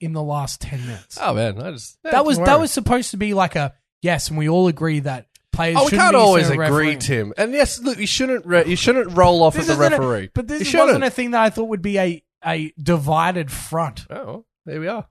in the last ten minutes. Oh man, I just yeah, that was don't that worry. was supposed to be like a yes, and we all agree that players. Oh, we shouldn't can't be always considered agree, refereeing. Tim. And yes, look, you shouldn't re- you shouldn't roll off at the isn't a- referee. but this you is- shouldn't. wasn't a thing that I thought would be a, a divided front. Oh, there we are.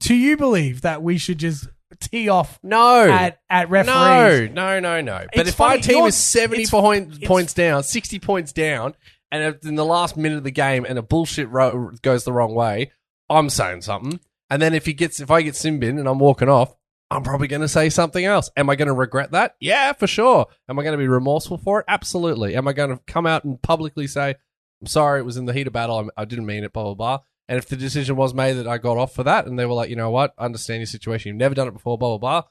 Do you believe that we should just tee off No, at, at referees? No, no, no, no. But It's if my funny, team you're- is 70 it's- point, it's- points down, 60 points down, and if in the last minute of the game and a bullshit ro- goes the wrong way, I'm saying something. And then if he gets, if I get Simbin and I'm walking off, I'm probably going to say something else. Am I going to regret that? Yeah, for sure. Am I going to be remorseful for it? Absolutely. Am I going to come out and publicly say, I'm sorry, it was in the heat of battle. I'm, I didn't mean it, blah, blah, blah. And if the decision was made that I got off for that and they were like, you know what, I understand your situation. You've never done it before, blah, blah, blah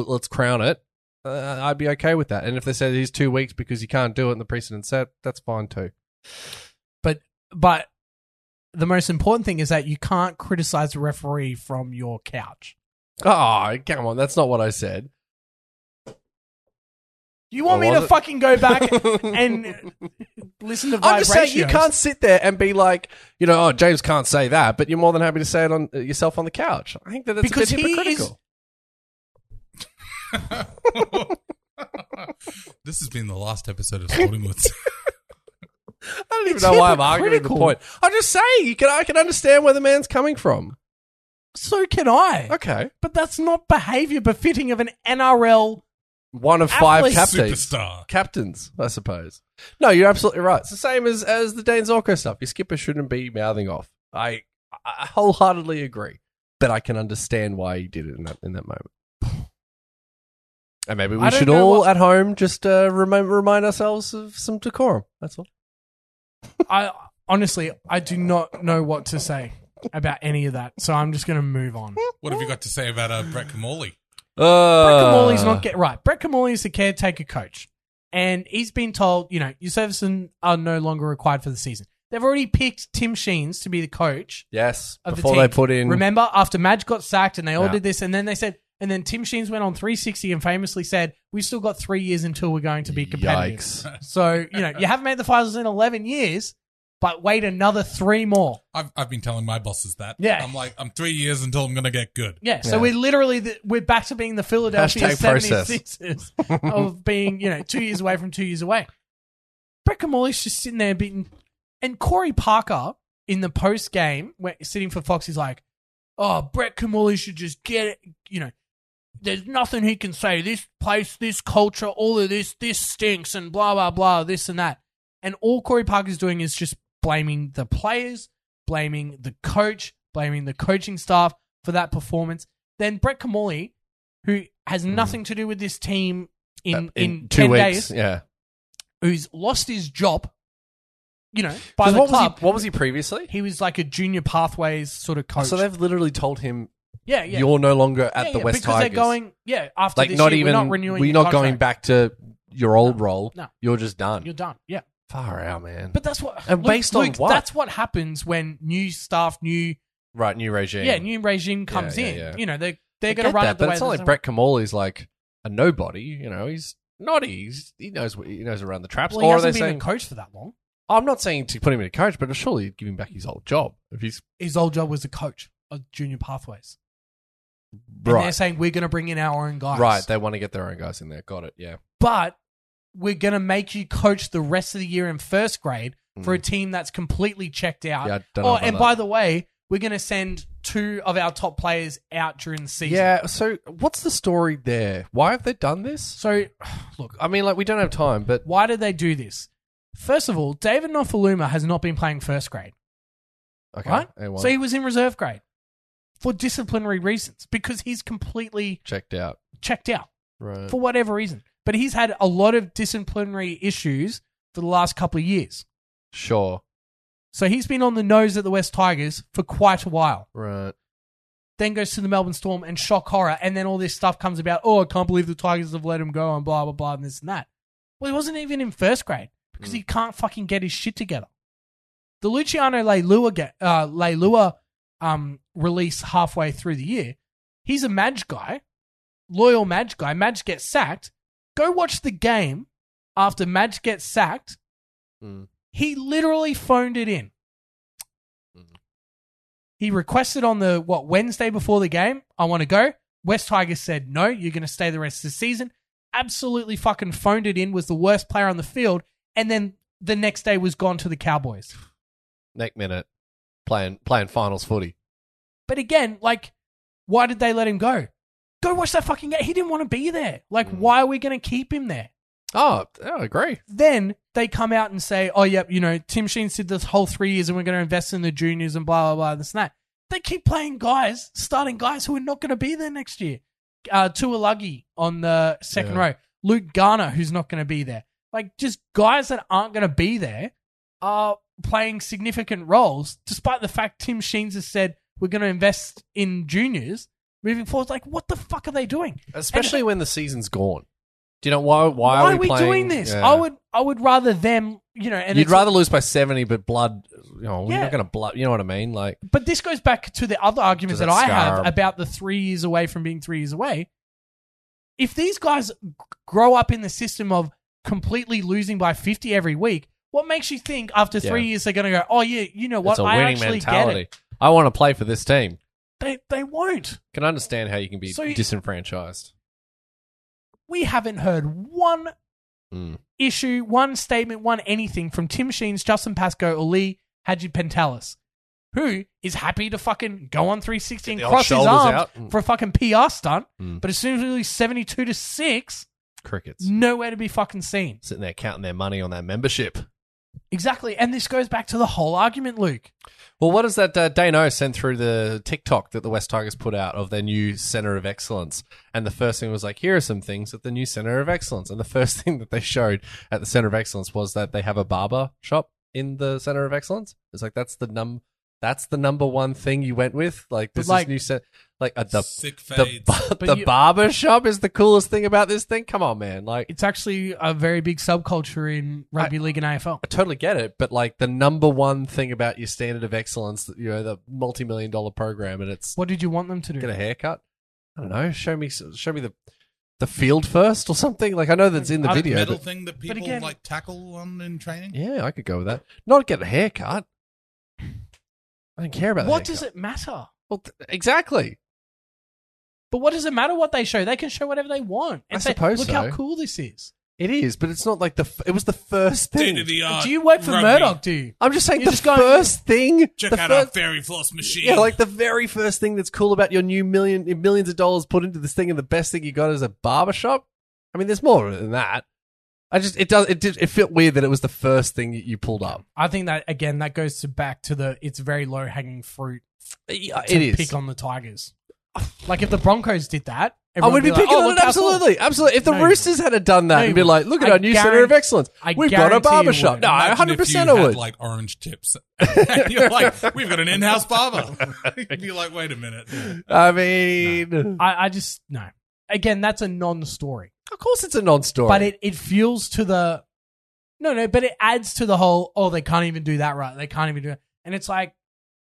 let- let's crown it. Uh, I'd be okay with that. And if they said he's two weeks because you can't do it in the precedent set, that's fine too. But but the most important thing is that you can't criticize a referee from your couch. Oh, come on. That's not what I said. You want Well, me was to it? fucking go [laughs] back and listen to vibrations? I'm just saying you can't sit there and be like, you know, oh, James can't say that, but you're more than happy to say it on uh, yourself on the couch. I think that that's Because a bit he is- hypocritical. [laughs] This has been the last episode of Sporting [laughs] Woods. I don't even It's know why I'm arguing the hypocritical. point. I'm just saying you can I can understand where the man's coming from. So can I. Okay, But that's not behavior befitting of an NRL. one of five Athlete captains. Superstar. captains, I suppose. No, you're absolutely right. It's the same as as the Dan Zorko stuff. Your skipper shouldn't be mouthing off. I I wholeheartedly agree, but I can understand why he did it in that in that moment. [sighs] And maybe I we don't should know all what- at home just uh, remember remind ourselves of some decorum. That's all. I honestly, I do not know what to say about any of that. So I'm just going to move on. What have you got to say about uh, Brett Kamali? Brett Uh, Camorley's not get right. Brett Camorley is the caretaker coach, and he's been told, you know, your services are no longer required for the season. They've already picked Tim Sheens to be the coach Yes. of Before the they team. put in. Remember, after Madge got sacked, and they all Yeah. did this, and then they said, and then Tim Sheens went on 360 and famously said, "We still got three years until we're going to be competitive." Yikes. [laughs] So you know, you haven't made the finals in 11 years, but wait another three more. I've, I've been telling my bosses that. Yeah. I'm like, I'm three years until I'm going to get good. Yeah, so Yeah. we're literally the, we're back to being the Philadelphia Hashtag process. 76ers [laughs] of being, you know, two years away from two years away. Brett Camorley's just sitting there beating. And Corey Parker in the post game, sitting for Fox, is like, oh, Brett Camorley should just get it. You know, there's nothing he can say. This place, this culture, all of this, this stinks and blah, blah, blah, this and that. And all Corey Parker's doing is just blaming the players, blaming the coach, blaming the coaching staff for that performance. Then Brett Kamali, who has nothing to do with this team in, in, Hmm. Uh, two 10 weeks. days, Yeah. who's lost his job, you know, by 'Cause the what, club. Was he, what was he previously? he was like a junior pathways sort of coach. So they've literally told him yeah, yeah. you're no longer at Yeah, the yeah, West because Tigers. they're going, yeah, after like this not year, even we're not renewing we're your not going contract. back to your old role. no. You're just done. You're done. Yeah. Far out, man. But that's what And based on what? That's what happens when new staff, new right, new regime. yeah, new regime comes yeah, in. yeah. You know, they I they're going to get run that, it the but way. it's not that- like Brett Camorley's like a nobody. You know, he's naughty. He's, he knows what he knows around the traps. Well, he or are they hasn't been saying? a coach for that long. I'm not saying to put him in a coach, but surely give him back his old job if he's His old job was a coach of junior pathways. And they're right. saying we're going to bring in our own guys. Right, they want to get their own guys in there. Got it. Yeah. but we're going to make you coach the rest of the year in first grade for a team that's completely checked out. Mm. Yeah, I don't know oh, about and that. by the way, we're going to send two of our top players out during the season. Yeah. So what's the story there? Why have they done this? So, look, I mean, like we don't have time, but why did they do this? First of all, David Nofaluma has not been playing first grade, okay. right? A1. So he was in reserve grade for disciplinary reasons because he's completely checked out. checked out. Right. for whatever reason. But he's had a lot of disciplinary issues for the last couple of years. Sure. So he's been on the nose at the West Tigers for quite a while. Right. Then goes to the Melbourne Storm and shock horror. And then all this stuff comes about. Oh, I can't believe the Tigers have let him go and blah, blah, blah, and this and that. Well, he wasn't even in first grade because he can't fucking get his shit together. The Luciano Leilua, ga- uh, Leilua um, release halfway through the year, he's a Madge guy, loyal Madge guy. Madge gets sacked. Go watch the game after Madge gets sacked. Mm. He literally phoned it in. He requested on the what Wednesday before the game, I want to go. West Tigers said no, you're going to stay the rest of the season. Absolutely fucking phoned it in. Was the worst player on the field, and then the next day was gone to the Cowboys. Next minute, playing playing finals footy. But again, like, why did they let him go? Go watch that fucking game. He didn't want to be there. Like, why are we going to keep him there? Oh, I agree. Then they come out and say, oh, yep, you know, Tim Sheens did this whole three years and we're going to invest in the juniors and blah, blah, blah, this and that. They keep playing guys, starting guys who are not going to be there next year. Uh, Tuolagi on the second Yeah. row. Luke Garner, who's not going to be there. Like, just guys that aren't going to be there are playing significant roles, despite the fact Tim Sheens has said we're going to invest in juniors moving forward. Like, what the fuck are they doing? Especially when the season's gone. Do you know why? Why, Why, are are we playing- doing this? Yeah. I would, I would rather them, you know, and You'd it's- rather lose by seventy, but blood. You know, we're Yeah. not going to blood. You know what I mean? Like, But this goes back to the other arguments To that that I scar. have about the three years away from being three years away. If these guys g- grow up in the system of completely losing by 50 every week, what makes you think after three Yeah. years they're going to go, oh, yeah, you know it's what? a I winning actually mentality. I want to play for this team. get it. They, they won't. Can understand how you can be So you- disenfranchised. We haven't heard one Mm. issue, one statement, one anything from Tim Sheens, Justin Pascoe, or Lee Hadji Pentalis, who is happy to fucking go on 360 and Get the cross old his shoulders arms out. Mm. for a fucking PR stunt. Mm. But as soon as we lose 72 to 6, Crickets nowhere to be fucking seen. sitting there counting their money on that membership. Exactly. And this goes back to the whole argument, Luke. Well, what does that uh, Dano sent through the TikTok that the West Tigers put out of their new Center of Excellence? And the first thing was like, here are some things at the [laughs] new Center of Excellence. And the first thing that they showed at the Center of Excellence was that they have a barber shop in the center of excellence. It's like that's the num that's the number one thing you went with. Like this like- is new set. Like uh, the Sick the, fades. bar- But the you- barber shop is the coolest thing about this thing. Come on, man! Like It's actually a very big subculture in rugby league and AFL. I totally get it, but like the number one thing about your standard of excellence, that you know, the multi-million dollar program, and it's What did you want them to do? get a haircut. I don't know. Show me, show me the the field first or something. Like I know that's in the Uh, video. metal but- thing that people again- like tackle on in training. yeah, I could go with that. Not get a haircut. I don't care about the What does haircut. it matter? Well, th- exactly. But what does it matter what they show? They can show whatever they want. And I say, suppose Look so. how cool this is. It is, but it's not like the. F- it was the first thing. State of the art. do you work for Uh, rugby. Murdoch? Do you? I'm just saying You're the just going- first thing. Check the out first, our fairy floss machine. Yeah, like the very first thing that's cool about your new million millions of dollars put into this thing, and the best thing you got is a barbershop. I mean, there's more than that. I just it does it did it felt weird that it was the first thing that you pulled up. I think that again, that goes to back to the it's very low hanging fruit. Yeah, To It is. pick on the Tigers. Like if the Broncos did that, I everyone would be like, picking "Oh, on look it how cool." absolutely, absolutely. If the No, you Roosters had have done that No, and you be wouldn't. like, look at I our new center of guarantee- excellence. I We've got a guarantee you barbershop. wouldn't. No, Imagine hundred if you percent I had, would. Like orange tips. [laughs] And you're like, we've got an in-house barber. [laughs] You'd be like, wait a minute. I mean, I, I just no. Again, that's a non-story, of course it's a non-story. but it it fuels to the no no, but it adds to the whole. Oh, they can't even do that right. They can't even do it, and it's like,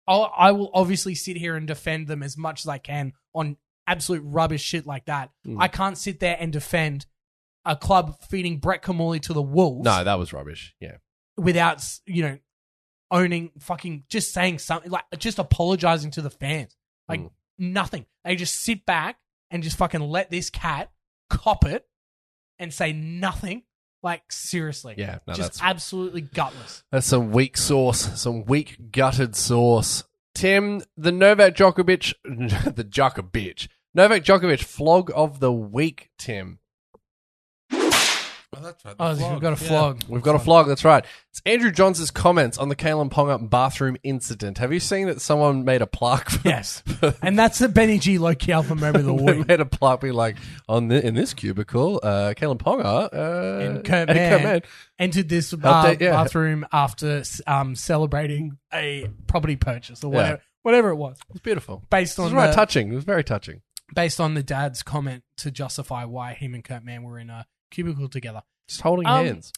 I'll, I will obviously sit here and defend them as much as I can on absolute rubbish shit like that. Mm. I can't sit there and defend a club feeding Brett Kamali to the wolves no, that was rubbish. Yeah, without s- you know owning fucking just saying something like just apologizing to the fans like Mm. nothing they just sit back and just fucking let this cat cop it and say nothing like seriously yeah. No, just that's absolutely gutless That's some weak sauce, some weak gutted sauce. Tim, the Novak Djokovic, [laughs] the Djokovic, Novak Djokovic flog of the week. Tim, Oh, that's right. the oh we've flog. got a Yeah. [laughs] flog we've got a flog. That's right. It's Andrew Johns' comments on the Kalen Ponga bathroom incident. Have you seen that someone made a plaque? For, yes and that's the benny g loki alpha memory of the [laughs] they week made a plaque be like on the, in this cubicle, uh, Kalen Ponga uh, and Kurt and Mann entered this uh, Update, yeah. bathroom after um, celebrating a property purchase or Yeah. whatever, whatever it was, It was beautiful. based It was on right the, touching. It was very touching. based on the dad's comment to justify why him and Kurt Mann were in a cubicle together. Just holding Um, hands.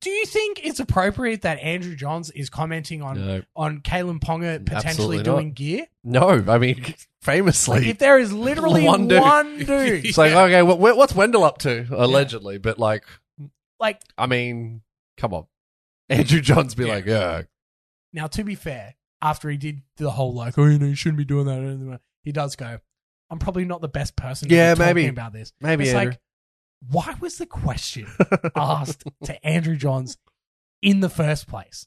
Do you think it's appropriate that Andrew Johns is commenting on No. on Kalen Ponga Absolutely potentially not. doing gear? No, I mean [laughs] famously. If there is literally One one dude. [laughs] dude, It's like, okay, wh- wh- what's Wendell up to, allegedly? But, like, like I mean, come on. Andrew Johns be like, yeah. now, to be fair, after he did the whole like, oh, you know, you shouldn't be doing that, he does go, I'm probably not the best person. to Yeah, be talking maybe. about this. Maybe it's Andrew. like, why was [laughs] the question [laughs] asked to Andrew Johns in the first place?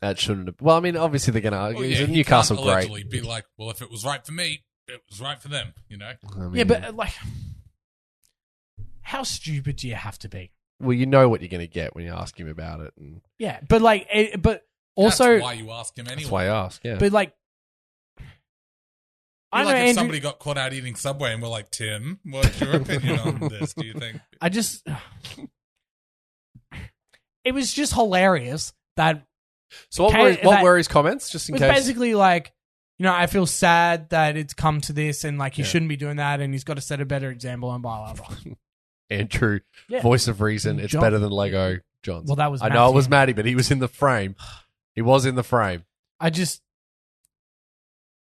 that shouldn't have. Well, I mean, obviously they're going to argue. Well, he's yeah, a he Newcastle can't great. allegedly Be like, well, if it was right for me, it was right for them. You know. I mean, Yeah, but uh, like, how stupid do you have to be? Well, you know what you're going to get when you ask him about it. And Yeah, but like, it, but also, that's why you ask him anyway. That's why I ask, yeah. but like, Be I know like if Andrew. somebody got caught out eating Subway and we're like, Tim, what's your opinion [laughs] on this? Do you think? I just, [sighs] it was just hilarious that so, what, Kay- were, what that- were his comments, just in It was case? basically like, you know, I feel sad that it's come to this, and like he Yeah. shouldn't be doing that, and he's got to set a better example, and blah blah blah. [laughs] Andrew, Yeah. voice of reason. It's John- better than Lego Johns. Well, that was I know it was Matthew. Maddie, but he was in the frame. He was in the frame. I just,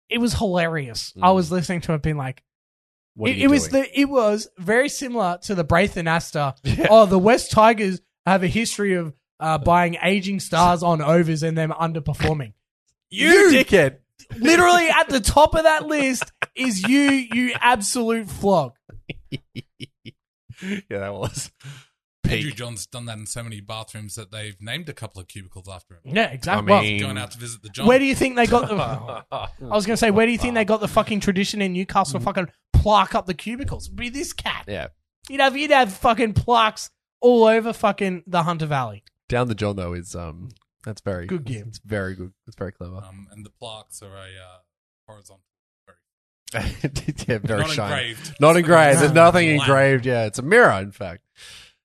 it was hilarious. Mm. I was listening to it, being like. What are it, you it was doing? the it was very similar to the Braithen Astor. Yeah. Oh, the West Tigers have a history of uh, buying aging stars on overs and them underperforming. [laughs] you dickhead. [laughs] Literally at the top of that list is you, you absolute flog. yeah, that was. Andrew Peak. John's done that in so many bathrooms that they've named a couple of cubicles after him. Yeah, exactly. I mean- Going out to visit the John. Mm. where do you think they got the? [laughs] I was going to say, where do you think they got the fucking tradition in Newcastle Mm. to fucking plaque up the cubicles? Be this cat. Yeah. You'd have you'd have fucking plaques all over fucking the Hunter Valley. Down the John though is um that's very Good game. It's very good. It's [laughs] very clever. [laughs] um, and the plaques are a uh, horizontal, yeah, very not shiny. engraved. Not engraved. There's No. nothing Black. engraved. Yeah, it's a mirror. In fact,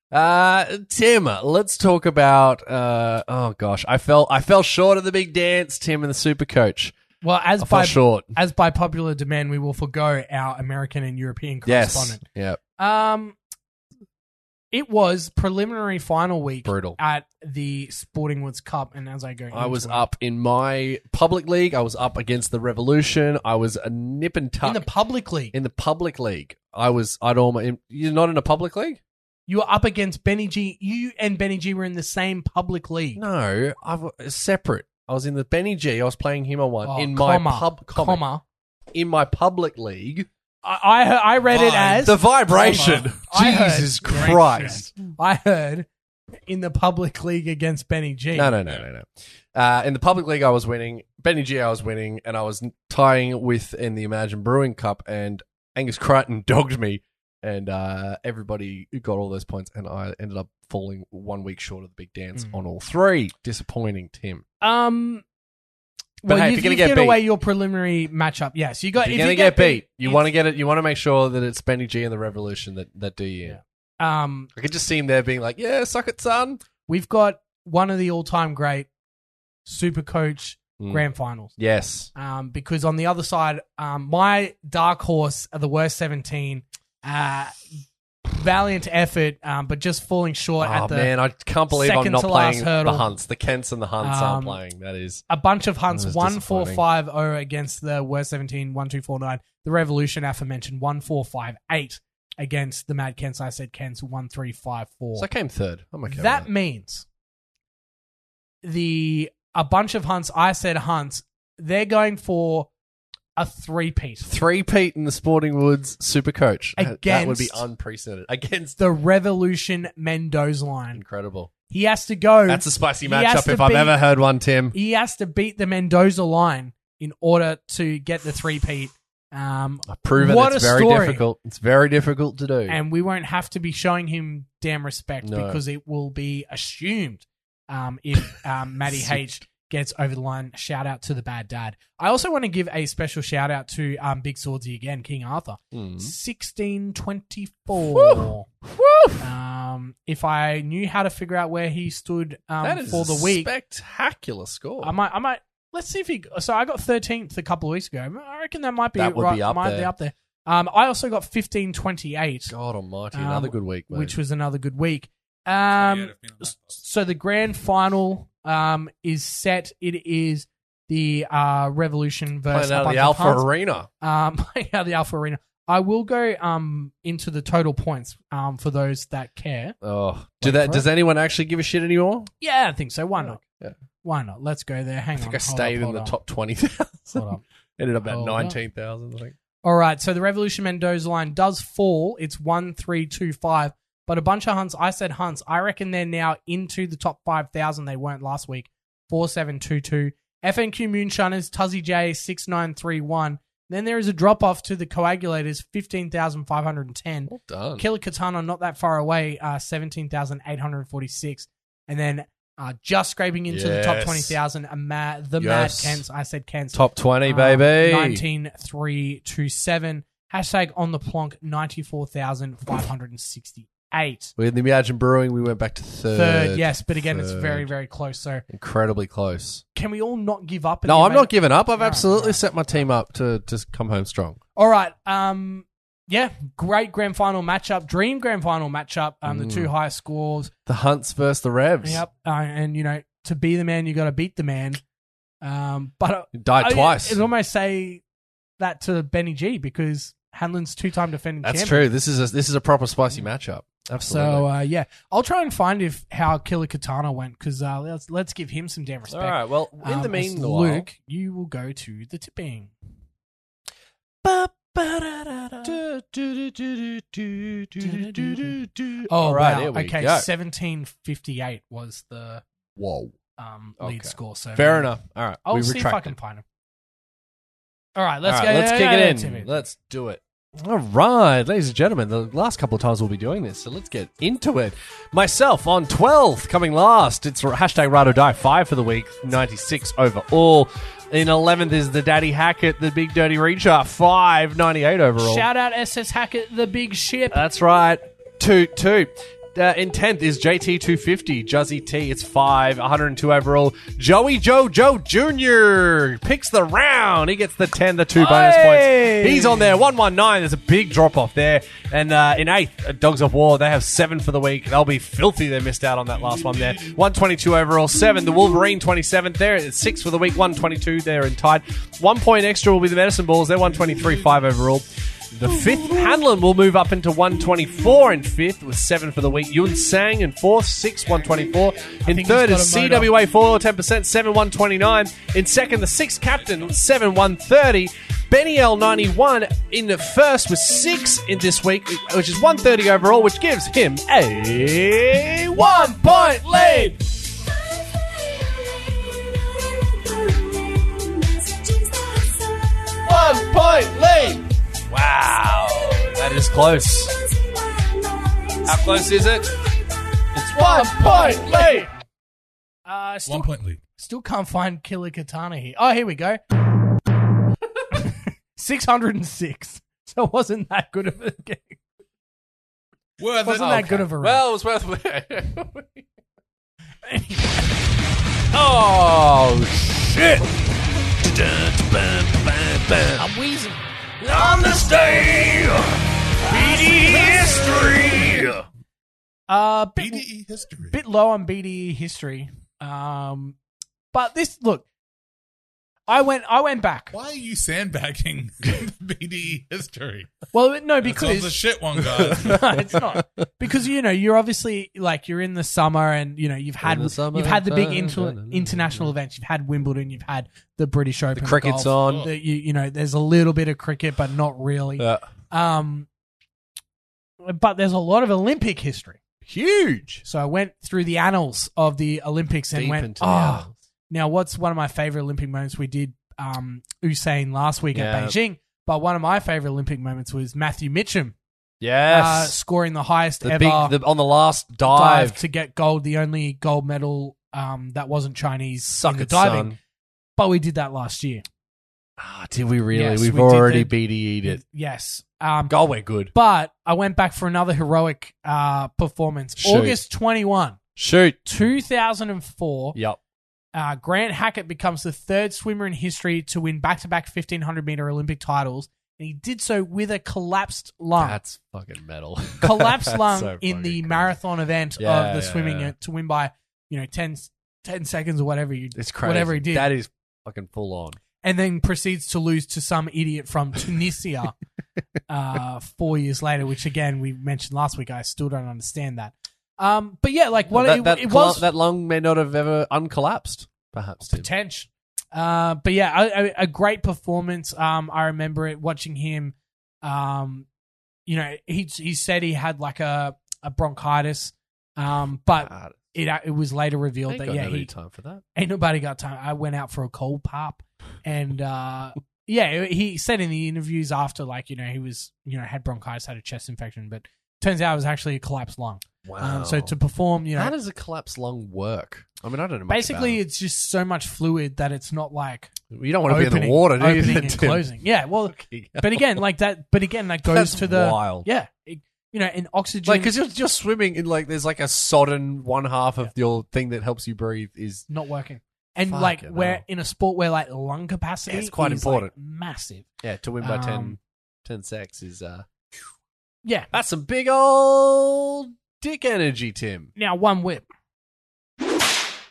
Uh, Tim, let's talk about. Uh, oh gosh, I fell I fell short of the big dance, Tim, and the super coach. Well, as I fell by short. as by popular demand, we will forego our American and European Yes. correspondent. Yeah. Um, it was preliminary final week Brutal. at the Sporting Woods Cup, and as I go, I into was it- up in my public league. I was up against the revolution. I was a nip and tuck in the public league. in the public league. I was. I'd almost. You're not in a public league. you were up against Benny G. You and Benny G were in the same public league. No, I was separate. I was in the Benny G. I was playing him on one Oh, in my comma, pub comma, comma. in my public league. I I, heard- I read it Fine. as The vibration. I heard- Jesus Christ. I heard in the public league against Benny G. No, no, no, no, no. Uh, in the public league, I was winning. Benny G, I was winning, and I was tying with in the Imagine Brewing Cup, and Angus Crichton [laughs] dogged me, and uh, everybody got all those points, and I ended up falling one week short of the big dance Mm. on all three. Disappointing, Tim. Um, But well, hey, if you've, you're gonna you've get given beat- away your preliminary matchup. Yes, you got. If if you're gonna you get, beat. You it's- want to get it. You want to make sure that it's Benny G and the Revolution that that do you. Yeah. Um, I could just see him there being like, "Yeah, suck it, son." we've got one of the all-time great Super Coach Mm. Grand Finals. Yes. Um, because on the other side, um, my dark horse are the worst seventeen. Uh, valiant effort, um, but just falling short oh at the man, I can't believe I'm second not to last playing hurdle. the Hunts. The Kents and the Hunts Um, aren't playing. That is a bunch of That hunts was one four five disappointing. zero against the worst 17 1249 the revolution aforementioned 1458 against the mad kents i said kents 1354 So I came third. I'm okay. with that that means the a bunch of hunts i said hunts they're going for a three piece three Pete in the Sporting Woods Super Coach. that would be Against- unprecedented. Against the revolution mendoza line incredible. he has to go That's a spicy Oh, he has matchup to if I've beat- ever heard one, Tim. he has to beat the mendoza line in order to get the three peat um, I prove it. What it's a very story. difficult. It's very difficult to do. and we won't have to be showing him damn respect No. because it will be assumed um, if [laughs] um, Matty H gets over the line. Shout out to the bad dad. I also want to give a special shout out to um, Big Swordsy again, King Arthur, Mm. sixteen twenty four. Woof. Um, if I knew how to figure out where he stood that um, is for the a week, spectacular score. I might, I might. Let's see if he. So I got thirteenth a couple of weeks ago. I reckon that might be That would right. be up might be there. up there. Um, I also got fifteen twenty eight God Almighty, Um, another good week, mate. which was another good week. Um, so the grand final um, is set. It is the uh, Revolution versus playing a out of bunch the of Alpha punts. Arena. Um, [laughs] playing out of the Alpha Arena. I will go um, into the total points um, for those that care. Oh, do Wait that? for Does anyone actually give a shit anymore? Yeah, I think so. Why not? Yeah. Why not? Let's go there. Hang I think on. I Hold stayed up, in hold the on. top twenty thousand. [laughs] Hold up. [laughs] Ended up at Hold up. nineteen thousand. I think. All right, so the Revolution Mendoza line does fall. It's one three two five, but a bunch of hunts. I said hunts. I reckon they're now into the top five thousand. They weren't last week. Four seven two two. FNQ Moonshiners Tuzzy J six nine three one. Then there is a drop off to the Coagulators fifteen thousand five hundred and ten. Well done. Killer Katana not that far away, uh, seventeen thousand eight hundred forty six, and then uh, just scraping into the top Yes. twenty thousand. A mad, the Yes. Mad Kents. I said Kents. Top twenty, Um, baby. 19327. Hashtag on the plonk 94,568. We had the Imagine Brewing. We went back to third. Third, yes, but again, it's Third. very, very close. So Incredibly close. can we all not give up? in No, the I'm not event? giving up. I've No, absolutely no. set my team up to just come home strong. All right. Um, yeah, great grand final matchup, dream grand final matchup. Um, Mm. the two high scores. The Hunts versus the Revs. Yep, uh, and you know, to be the man, you got to beat the man. Um, but uh, Died I- twice. I'd almost say that to Benny G because Hanlon's two-time defending That's champion. true. This is a, this is a proper spicy matchup. Absolutely. So uh, yeah, I'll try and find if how Killer Katana went because uh, let's let's give him some damn respect. All right. Well, in Um, the as meanwhile, Luke, you will go to the tipping. Oh All right, Oh, wow. here we okay, go. seventeen fifty eight was the Whoa. um, lead Okay. score. So Fair enough. All right. I'll we Um, oh, see if I retract can it. find him. All right, let's All go. right, Let's yeah, kick yeah, yeah, it in. Timmy. Let's do it. All right, ladies and gentlemen, the last couple of times we'll be doing this, so let's get into it. Myself on 12th, coming last. It's hashtag ride or die 5 for the week, 96 overall. In 11th is the Daddy Hackett, the Big Dirty Reacher, 5, 98 overall. Shout out SS Hackett, the big ship. That's right. Toot toot. Uh, in 10th is JT250, Juzzy T. It's 5, 102 overall. Joey Jojo Jr. picks the round. He gets the 10, the 2 bonus Hey! points. He's on there. 119. There's a big drop off there. And uh, in 8th, uh, Dogs of War. They have 7 for the week. They'll be filthy. They missed out on that last one there. 122 overall. 7. The Wolverine 27th there. It's 6 for the week. 122 there in tied. One point extra will be the Medicine Balls. They're 123, 5 overall. The fifth, Hanlon will move up into 124 in fifth with seven for the week. Yun Sang in fourth, six, 124. In he's third is got a motor. CWA 4, 10%, 7, 129. In second, the sixth captain, 7, 130. Benny L 91 in the first with six in this week, which is 130 overall, which gives him a one point lead. One point lead. Wow, that is close. How close is it? It's one point lead. Uh, still, One point lead. still can't find Killer Katana here. Oh, here we go. [laughs] 606. So it wasn't that good of a game. Worth it. Wasn't that good of a round. Well, it was worth [laughs] oh shit! I'm wheezing. On this day, history. Uh, bit, BDE E history. bit low on BDE history. Um, but this look, I went I went back. Why are you sandbagging [laughs] BDE E history? Well, no, because [laughs] Because it's a shit one, guys. no, it's not because you know you're obviously like you're in the summer and you know you've had In the summer. you've had the big Da, da, da, da, inter- da. international events. You've had Wimbledon. You've had the British Open. cricket's golf, on. Uh, The, you, you know, there's a little bit of cricket, but not really. Um, but there's a lot of Olympic history. huge. So I went through the annals of the Olympics and Deep went, into the "Oh, hours. now, what's one of my favorite Olympic moments? We did um, Usain last week Yeah. at Beijing, but one of my favorite Olympic moments was Matthew Mitchum uh, Yes, scoring the highest the ever big the, on the last dive. uh, dive to get gold, the only gold medal um, that wasn't Chinese Suck in the it, diving. son. But we did that last year. Ah, did we really? Yes, We've we did already that. BDE'd it. Yes. Um, God, we're good. but I went back for another heroic uh, performance. Shoot. August 21, Shoot. 2004. Yep. Uh, Grant Hackett becomes the third swimmer in history to win back to back 1500 meter Olympic titles. And he did so with a collapsed lung. That's [laughs] fucking metal. uh, collapsed That's lung so in the fucking cool. marathon event Yeah, of the yeah, swimming uh, yeah. to win by, you know, 10, 10 seconds or whatever you It's crazy. whatever he did. That is fucking full on. and then proceeds to lose to some idiot from Tunisia [laughs] uh, four years later, which again we mentioned last week. I still don't understand that. Um, but yeah, like what that, it, that, it colla- was that lung may not have ever uncollapsed, perhaps. Tim. potential. Uh, but yeah, a, a, a great performance. Um, I remember it watching him. Um, you know, he he said he had like a a bronchitis. Um, but Ah, it it was later revealed ain't that got yeah nobody he time for that. ain't nobody got time. I went out for a cold pop, and uh, yeah, he said in the interviews after like you know he was you know had bronchitis, had a chest infection, but turns out it was actually a collapsed lung. Um, so to perform, you know, how does a collapsed lung work? I mean, I don't know. Much basically about it's just so much fluid that it's not like it. you don't want to be in the opening- water, do you? opening [laughs] and Tim? closing. Yeah, well, [laughs] Fucking but again, like that. But again, that goes That's to the wild. yeah, it- you know, in oxygen. Like, because you're, you're swimming in like there's like a sodden one half of your thing that helps you breathe is not working. And Fuck like it, we're hell. in a sport where like lung capacity Yeah, it's quite is, like, important. massive. yeah to win by ten, ten 10, Um, secs is uh Yeah. that's some big old dick energy, Tim. Now one whip.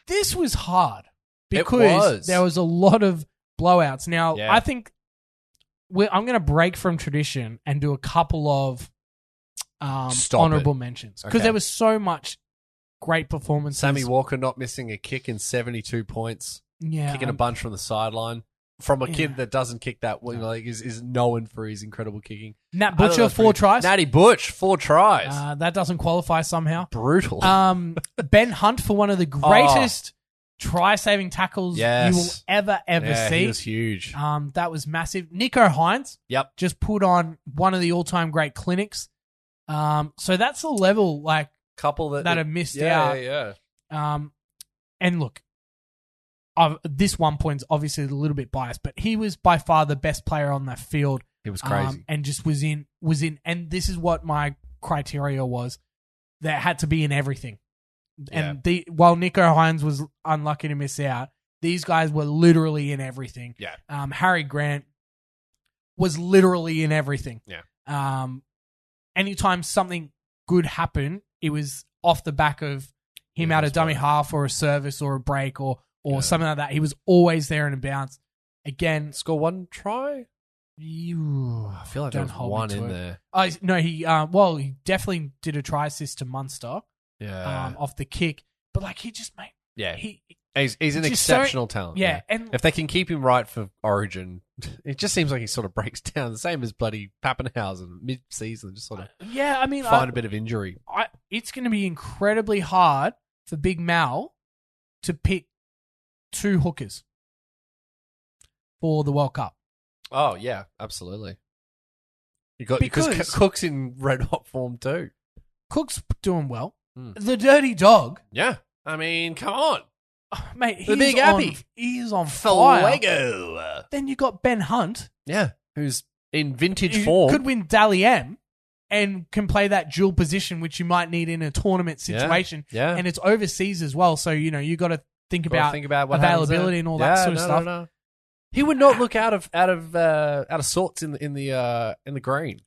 This was hard It because was. there was a lot of blowouts. Now Yeah. I think we're, I'm going to break from tradition and do a couple of um, Stop it. honorable mentions because Okay. there was so much great performances. Sammy Walker not missing a kick in seventy two points. yeah, kicking a um, bunch from the sideline from a kid Yeah. that doesn't kick that well, you know, like is, is known for his incredible kicking. Nat I thought that Butcher was four pretty- tries. Natty Butch four tries. uh, that doesn't [laughs] qualify somehow. Brutal. Um, ben Hunt for one of Oh. the greatest try-saving tackles you will Yes. ever ever yeah, see. he was huge. Um, that was massive. Nico Hines yep. just put on one of the all-time great clinics. Um, so that's the level like Couple that that have missed yeah, out. yeah, yeah. Um, and look, i this one point's obviously a little bit biased, but he was by far the best player on that field. It was um, and just was in was in. And this is what my criteria was: that had to be in everything. Yeah. And the while Nico Hines was unlucky to miss out, these guys were literally in everything. Yeah. Um, Harry Grant was literally in everything. Yeah. Um, anytime something good happened, it was off the back of him Yeah, out a that's dummy right. half or a service or a break or or Yeah. something like that. He was always there and a bounce. Again, Score one try. you Oh, I feel like Don't there was hold me one to in it. there. Oh no, he uh, well, he definitely did a try assist to Munster Yeah, um, off the kick, but like he just made Uh, yeah. he He's, he's an Just so- exceptional talent. yeah, and If they can keep him right for Origin, [laughs] it just seems like he sort of breaks [laughs] down. The same as bloody Pappenhausen mid-season, just sort of yeah, I mean, find I, a bit of injury. I, it's going to be incredibly hard for Big Mal to pick two hookers for the World Cup. Oh yeah, absolutely. You got because Because- C- Cook's in red hot form too. Cook's doing well. Hmm. The Dirty Dog, Yeah, I mean, come on, mate, he's The Big on, Appy. he's on fire. Fuego. Then you got Ben Hunt, Yeah, who's in vintage who form? could win Dally M and can play that dual position, which you might need in a tournament Yeah. situation. yeah, and it's overseas as well. So you know you got to think Gotta about think about what happens availability there. and all that Yeah, sort of no, no, stuff. no. He would not look out of out of uh, out of sorts in the in the uh, in the green.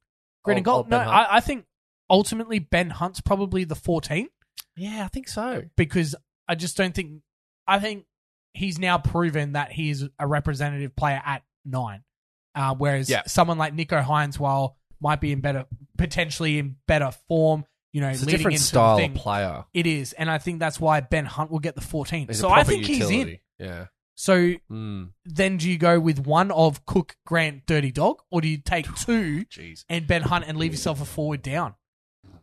green and Old- gold. old No, Ben Hunt. I, I think ultimately Ben Hunt's probably the 14 yeah, I think so. because I just don't think I think he's now proven that he is a representative player at nine, uh, whereas Yeah. someone like Nico Hines, while might be in better potentially in better form, you know, It's a leading different into style the of thing. player. It is, and I think that's why Ben Hunt will get the 14. He's a so I proper think he's in. utility. Yeah. So Mm. then do you go with one of Cook, Grant, Dirty Dog, or do you take two Jeez. and Ben Hunt and leave yourself a forward down?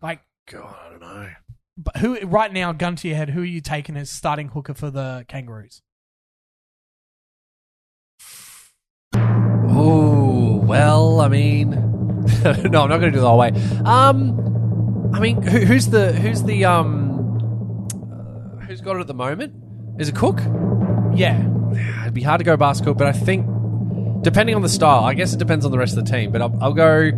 Like, God, I don't know. but who right now, gun to your head, who are you taking as starting hooker for the Kangaroos? Oh well, I mean, [laughs] no, I'm not going to do the whole way. Um, I mean, who, who's the who's the um, uh, who's got it at the moment? Is it Cook? Yeah, It'd be hard to go basketball, but I think depending on the style, I guess it depends on the rest of the team. But I'll, I'll go,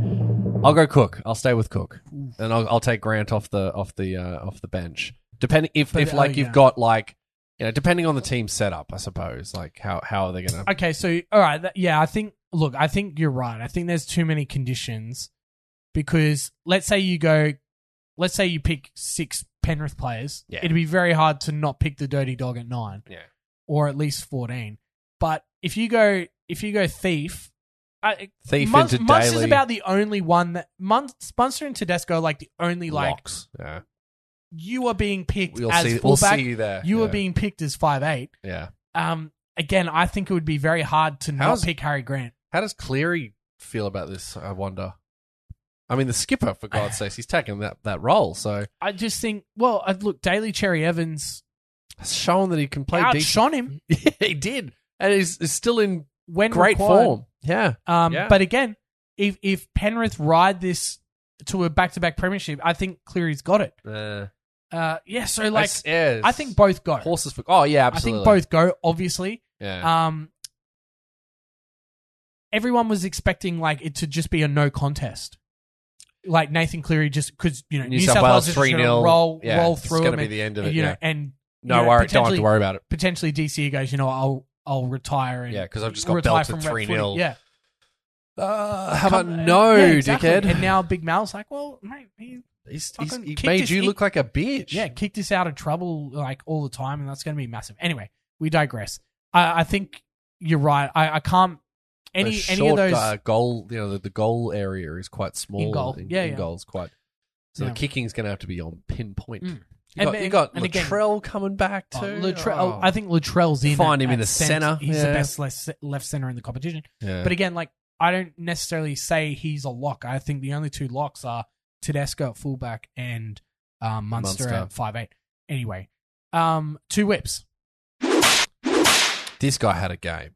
I'll go Cook. I'll stay with Cook, and I'll, I'll take Grant off the off the uh, off the bench. Depending if But, if oh, like yeah. you've got like you know depending on the team setup, I suppose. Like how how are they going to? Okay, so all right, that, yeah, I think look, I think you're right. I think there's too many conditions because let's say you go, let's say you pick six Penrith players, Yeah. it'd be very hard to not pick the Dirty Dog at nine, Yeah. or at least fourteen. But if you go, if you go Thief, I, Thief Munst- into Munster's Daly. about the only one that Mun- Munster and Tedesco are like the only like locks. Yeah. you are being picked We'll as see. We'll fullback, see you there. you yeah. are being picked as five eight. Yeah. Um, again, I think it would be very hard to How's- not pick Harry Grant. How does Cleary feel about this? I wonder. I mean, the skipper, for God's [sighs] sakes, he's taking that, that role, so I just think, well, I, look, Daily Cherry Evans it's shown that he can play decent. outshone him [laughs] he did, and he's, he's still in when great required. form. Yeah, Um, Yeah. But again, if if Penrith ride this to a back to back premiership, I think Cleary's got it. Uh, yeah, so like It's- yeah, it's I think both go. horses for. Oh yeah, I think absolutely. both go. Obviously, Yeah, um, everyone was expecting like it to just be a no contest. Like Nathan Cleary just because you know New, South, Wales is three going to 0 roll yeah, roll It's through going to them be and, the end of and, it. you know yeah. and No you know, worry, don't have potentially- to worry about it. potentially DCE goes you know I'll I'll retire and Yeah, 'cause I've just got retire belted from rep 3-0. footy. Yeah, Uh, how about Come- no, yeah, exactly. dickhead? And now Big Mal's like, well, mate, he, he's, he's, fucking he kicked made his- you he- look like a bitch. yeah, kicked us out of trouble like all the time, and that's going to be massive. Anyway, we digress. I, I think you're right. I, I can't any the any of short, those. uh, goal you know the, the goal area is quite small goal. in, Yeah, in yeah. goals quite so Yeah. the kicking's gonna have to be on pinpoint Mm. you And got, then- you got and again- Latrell coming back too Oh, Luttrell, I think Luttrell's in. Find at- him in at the centre. centre, He's the yeah. best left, left center in the competition. yeah. But again, like I don't necessarily say he's a lock. I think the only two locks are Tedesco at fullback and um, Munster, Munster. at five eight. Anyway, um, two whips. this guy had a [laughs] game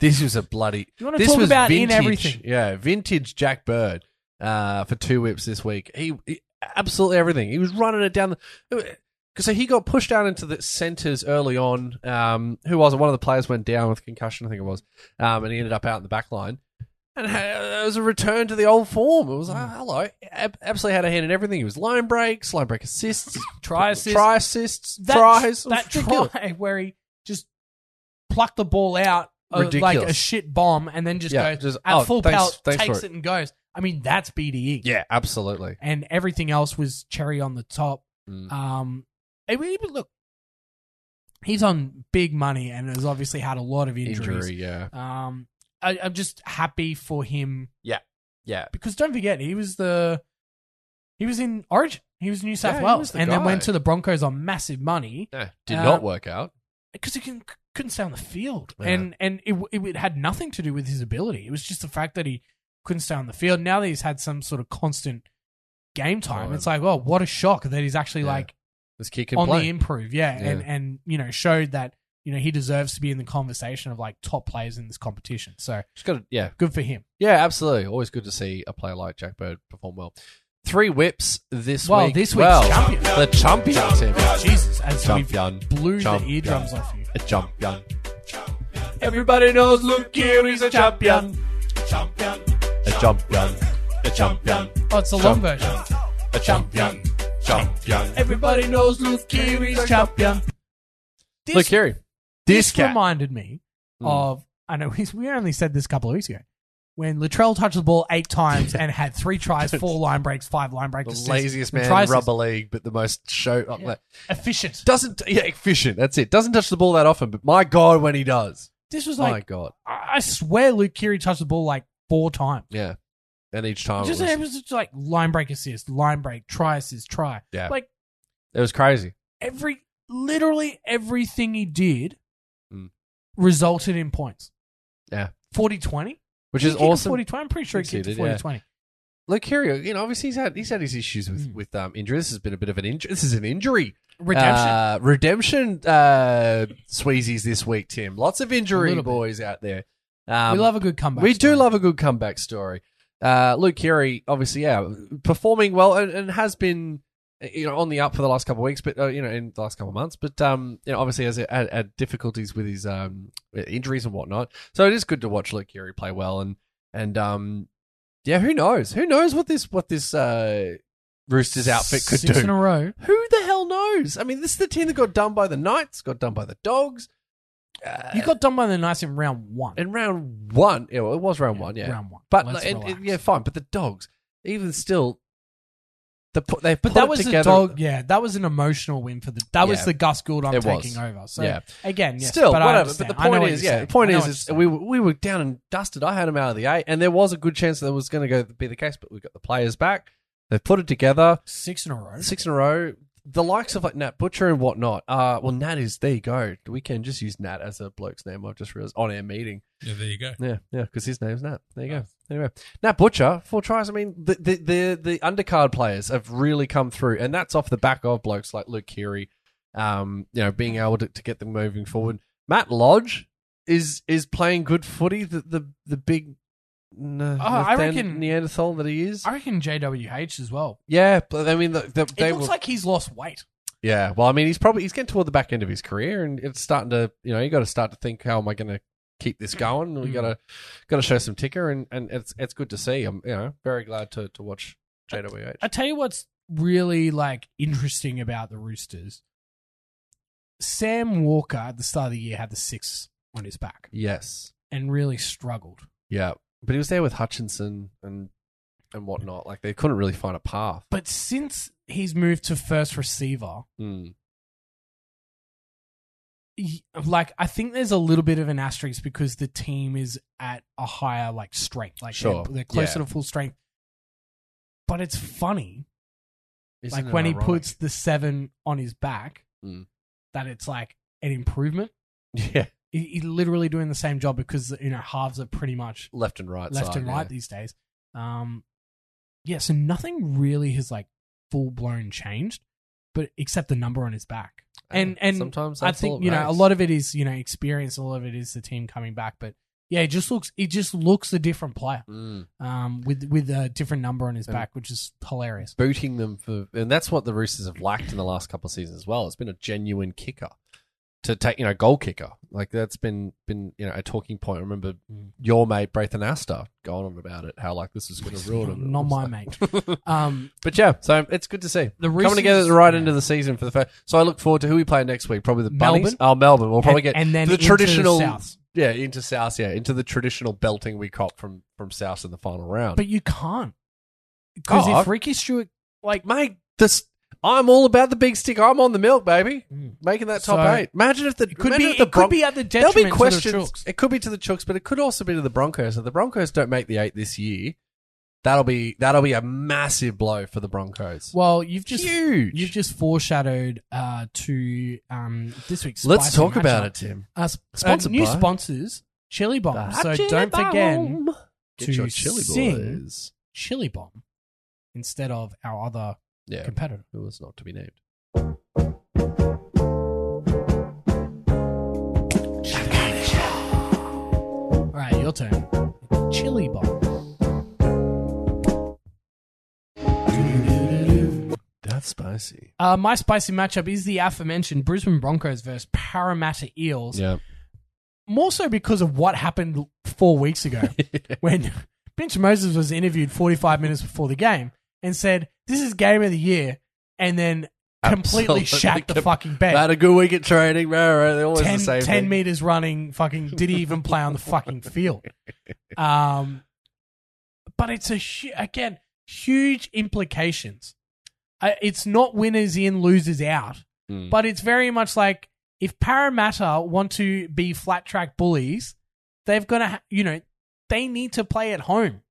this was a bloody You want to this talk was about in vintage, everything? yeah vintage Jack Bird uh, for two whips this week he, he- absolutely everything he was running it down the uh, so he got pushed down into the centres early on. Um, who was it? One of the players went down with concussion, I think it was, um, and he ended up out in the back line. And it was a return to the old form. It was Hmm. like, oh, hello. Ab- absolutely had a hand in everything. He was line breaks, line break assists, Try assist. try assists, that, tries. It was [laughs] That [laughs] ridiculous. try where he just plucked the ball out of, like Ridiculous. a shit bomb and then just Yeah, goes just, at oh, full thanks- pelt, thanks takes for it. it. and goes. I mean, that's E. BDE. Yeah, absolutely. And everything else was cherry on the top. Mm. Um, I mean, but look, he's on big money and has obviously had a lot of injuries. Injury, yeah. Um, I, I'm just happy for him Yeah. because don't forget he was the he was in Origin. He was in New South Yeah, he was Wales, the and then guy. went to the Broncos on massive money Yeah, Did Uh, not work out. because he couldn't, couldn't stay on the field, Yeah. and and it, w- it, w- it had nothing to do with his ability. It was just the fact that he couldn't stay on the field. Now that he's had some sort of constant game time, Time. it's like, oh, what a shock that he's actually Yeah. like This kid can on play. the improve, yeah, Yeah. and and you know showed that you know he deserves to be in the conversation of like top players in this competition. So Just gotta- yeah. good for him. Yeah, absolutely. Always good to see a player like Jack Bird perform well. Three whips this Well, week. this week's well, champion. The champion. champion. Jesus, as we've Champion. blew the Champion. eardrums off you. A champion. Everybody knows Luke Geary's a champion. A champion. A champion. Oh, it's the long version. A champion. Champion. Everybody knows Luke Keary's champion. This, Luke Geary. this cat. Hmm. reminded me of I know [laughs] we, we only said this a couple of weeks ago when Latrell touched the ball eight times and had [laughs] three tries, four line breaks, five line breaks. The laziest man in tries rubber league, but the most show. uh, Yeah. efficient. Doesn't yeah efficient. That's it. Doesn't touch the ball that often, but my god, when he does, This was Oh my like god, I I swear Luke Keary touched the ball like four times. yeah. And each time just it, was, it was just like line break assist, line break, try assist, try. Yeah. Like it was crazy. every literally everything he did Mm. resulted in points. Yeah. 40-20? which Did is he kick a awesome. 40-20? I'm pretty sure he Yes, he kicked a did, yeah. 40-20. Look, Curio, you know, obviously he's had he's had his issues with Mm. with um, injury. This has been a bit of an injury. This is an injury Redemption. uh, redemption uh, Sweezies this week, Tim. Lots of A injury little bit. boys out there. Um, we love a good comeback. we do story. love a good comeback story. Uh, Luke Carey, obviously, yeah, performing well and, and has been you know on the up for the last couple of weeks, but uh, you know in the last couple of months, but um, you know obviously has had, had difficulties with his um injuries and whatnot. So it is good to watch Luke Carey play well and and um, yeah, who knows? Who knows what this what this uh Roosters outfit could Six do? in a row. who the hell knows? I mean, this is the team that got done by the Knights, got done by the Dogs. Uh, You got done by the Knights in round one. in round one. yeah, well, it was round one, yeah. Round one. But Let's like, and- and- relax. yeah, fine. But the dogs, even still, the pu- they put But that it was a together. dog. Yeah, that was an emotional win for the. That was Yeah. the Gus Gould I'm It was. taking over. So Yeah. again, yes, still, but I whatever. But understand. the I know point what is, you're yeah, saying. the point I know is, what is you're we saying. were- we were down and dusted. I had them out of the eight, and there was a good chance that was going to go be the case. But we got the players back. They put it together. six in a row. six in a row. The likes of like Nat Butcher and whatnot. Uh, well, Nat is there. You go. We can just use Nat as a bloke's name. I've just realized on our meeting. Yeah, there you go. Yeah, yeah, because his name's Nat. There you go. Anyway, Nat Butcher four tries. I mean, the the the, the undercard players have really come through, and that's off the back of blokes like Luke Keary. Um, you know, being able to, to get them moving forward. Matt Lodge is is playing good footy. The the the big. Uh, Oh, I reckon- Neanderthal that he is. I reckon JWH as well. yeah, but I mean, the, the, It they looks were, like he's lost weight. yeah, well, I mean, he's probably he's getting toward the back end of his career, and it's starting to you know you got to start to think how am I going to keep this going? We Mm. got to got to show some ticker, and, and it's it's good to see. I'm you know very glad to to watch JWH. I tell you what's really like interesting about the Roosters. Sam Walker at the start of the year had the six on his back yes, and really struggled. yeah, but he was there with Hutchinson and and whatnot. Like they couldn't really find a path. But since he's moved to first receiver, Mm. he- like I think there's a little bit of an asterisk because the team is at a higher like strength, like Sure, they're, they're closer yeah. to full strength. But it's funny Isn't like it when ironic? he puts the seven on his back, Mm. that it's like an improvement. [laughs] yeah He, he's literally doing the same job because you know halves are pretty much left and right left side, and right yeah. these days. Um, yeah, so nothing really has like full blown changed, but except the number on his back. And- and sometimes I that's all think it you know a makes. lot of it is you know experience, a lot of it is the team coming back, but. Yeah, it just looks it just looks a different player, Mm. um, with with a different number on his And- back, which is hilarious. booting them for, and that's what the Roosters have lacked in the last couple of seasons as well. It's been a genuine kicker. to take you know goal kicker. Like that's been been you know a talking point. I remember your mate Braithen Astor going on about it, how like this is going to ruin him. Not my mate. [laughs] Um, but yeah, so it's good to see The coming recent- together at the right end yeah. of the season for the fact. So I look forward to who we play next week. Probably the Bunnies. Melbourne. Oh, Melbourne. We'll probably And- get and then the into the traditional South. Yeah, into South. Yeah, into the traditional belting we cop from from South in the final round. but you can't because Oh, if Ricky Stewart like mate, this I'm all about the big stick. I'm on the milk, baby. Mm. Making that top So- eight. Imagine if the it could imagine be if the it could Bron- be at the There'll detriment be to the questions. Chooks. It could be to the Chooks, but it could also be to the Broncos. If the Broncos don't make the eight this year, that'll be that'll be a massive blow for the Broncos. Well, you've just Huge. you've just foreshadowed uh, to um, this week's. Let's spicy talk about matchup. it, Tim. Uh, sp- uh, Sponsored new by- sponsors, Chili Bomb. So don't forget Get to your chili sing. boys. Chili Bomb instead of our other Yeah, competitor. who was not to be named. All right, your turn. Chili Bomb. That's spicy. Uh, my spicy matchup is the aforementioned Brisbane Broncos versus Parramatta Eels. Yeah. More so because of what happened four weeks [laughs] ago when Bench Moses was interviewed 45 minutes before the game and said, This is game of the year. And then completely Absolutely shat the com- fucking [laughs] bed. Had a good week at training, right? right, They're always 10, the same. 10 thing. meters running fucking did he even play on the [laughs] fucking field um but it's a hu- again huge implications uh, it's not winners in losers out Mm. but it's very much like if parramatta want to be flat track bullies they've got to ha- you know they need to play at home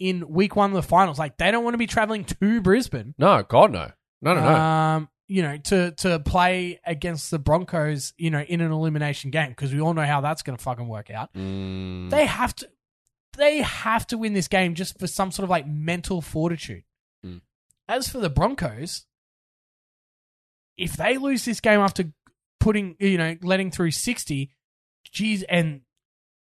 in week one of the finals like they don't want to be traveling to brisbane No, God, no, no, no, no. um, you know, to to play against the Broncos, you know, in an elimination game because we all know how that's going to fucking work out. Mm. They have to, they have to win this game just for some sort of like mental fortitude. Mm. As for the Broncos, if they lose this game after putting, you know, letting through sixty, geez, and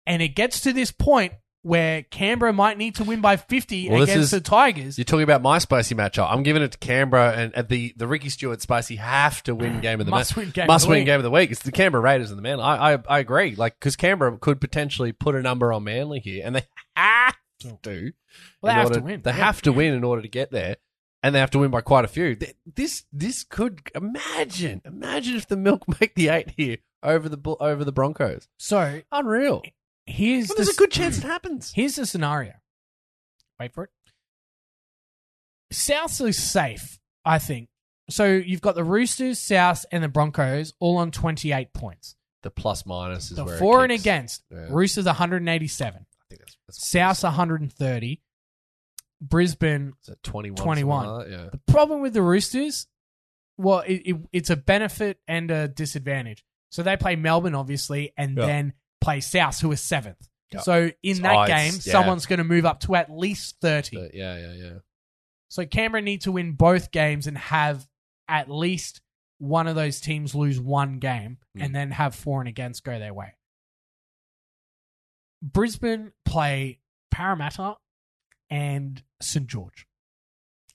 and it gets to this point where Canberra might need to win by fifty Well, this against is- the Tigers. You're talking about my spicy matchup. I'm giving it to Canberra and at the, the Ricky Stewart spicy have to win game of the Must ma- win game of Must the win week. game of the week. It's the Canberra Raiders and the Manly. I I, I agree. Like because Canberra could potentially put a number on Manly here, and they have to. do Oh. Well, they in have order- to win. They Yeah. have to win in order to get there, and they have to win by quite a few. Th- This this could imagine imagine if the Milk make the eight here over the Bull- over the Broncos. So Unreal. here's Well, the there's a s- good chance it happens. Here's the scenario. Wait for it. Souths is safe, I think. So you've got the Roosters, South, and the Broncos all on 28 points. The plus minus is The where for it and kicks. against. Yeah. Roosters 187, I think that's, that's South 130, Brisbane. Is that 21? 21. something like that? Yeah. The problem with the Roosters, well, it, it, it's a benefit and a disadvantage. So they play Melbourne, obviously, and Yeah. then play South, who are seventh. Yeah. So in that Oh, game, it's- yeah. someone's going to move up to at least 30. But yeah, yeah, yeah. So Canberra need to win both games and have at least one of those teams lose one game and then have for and against go their way. Brisbane play Parramatta and St George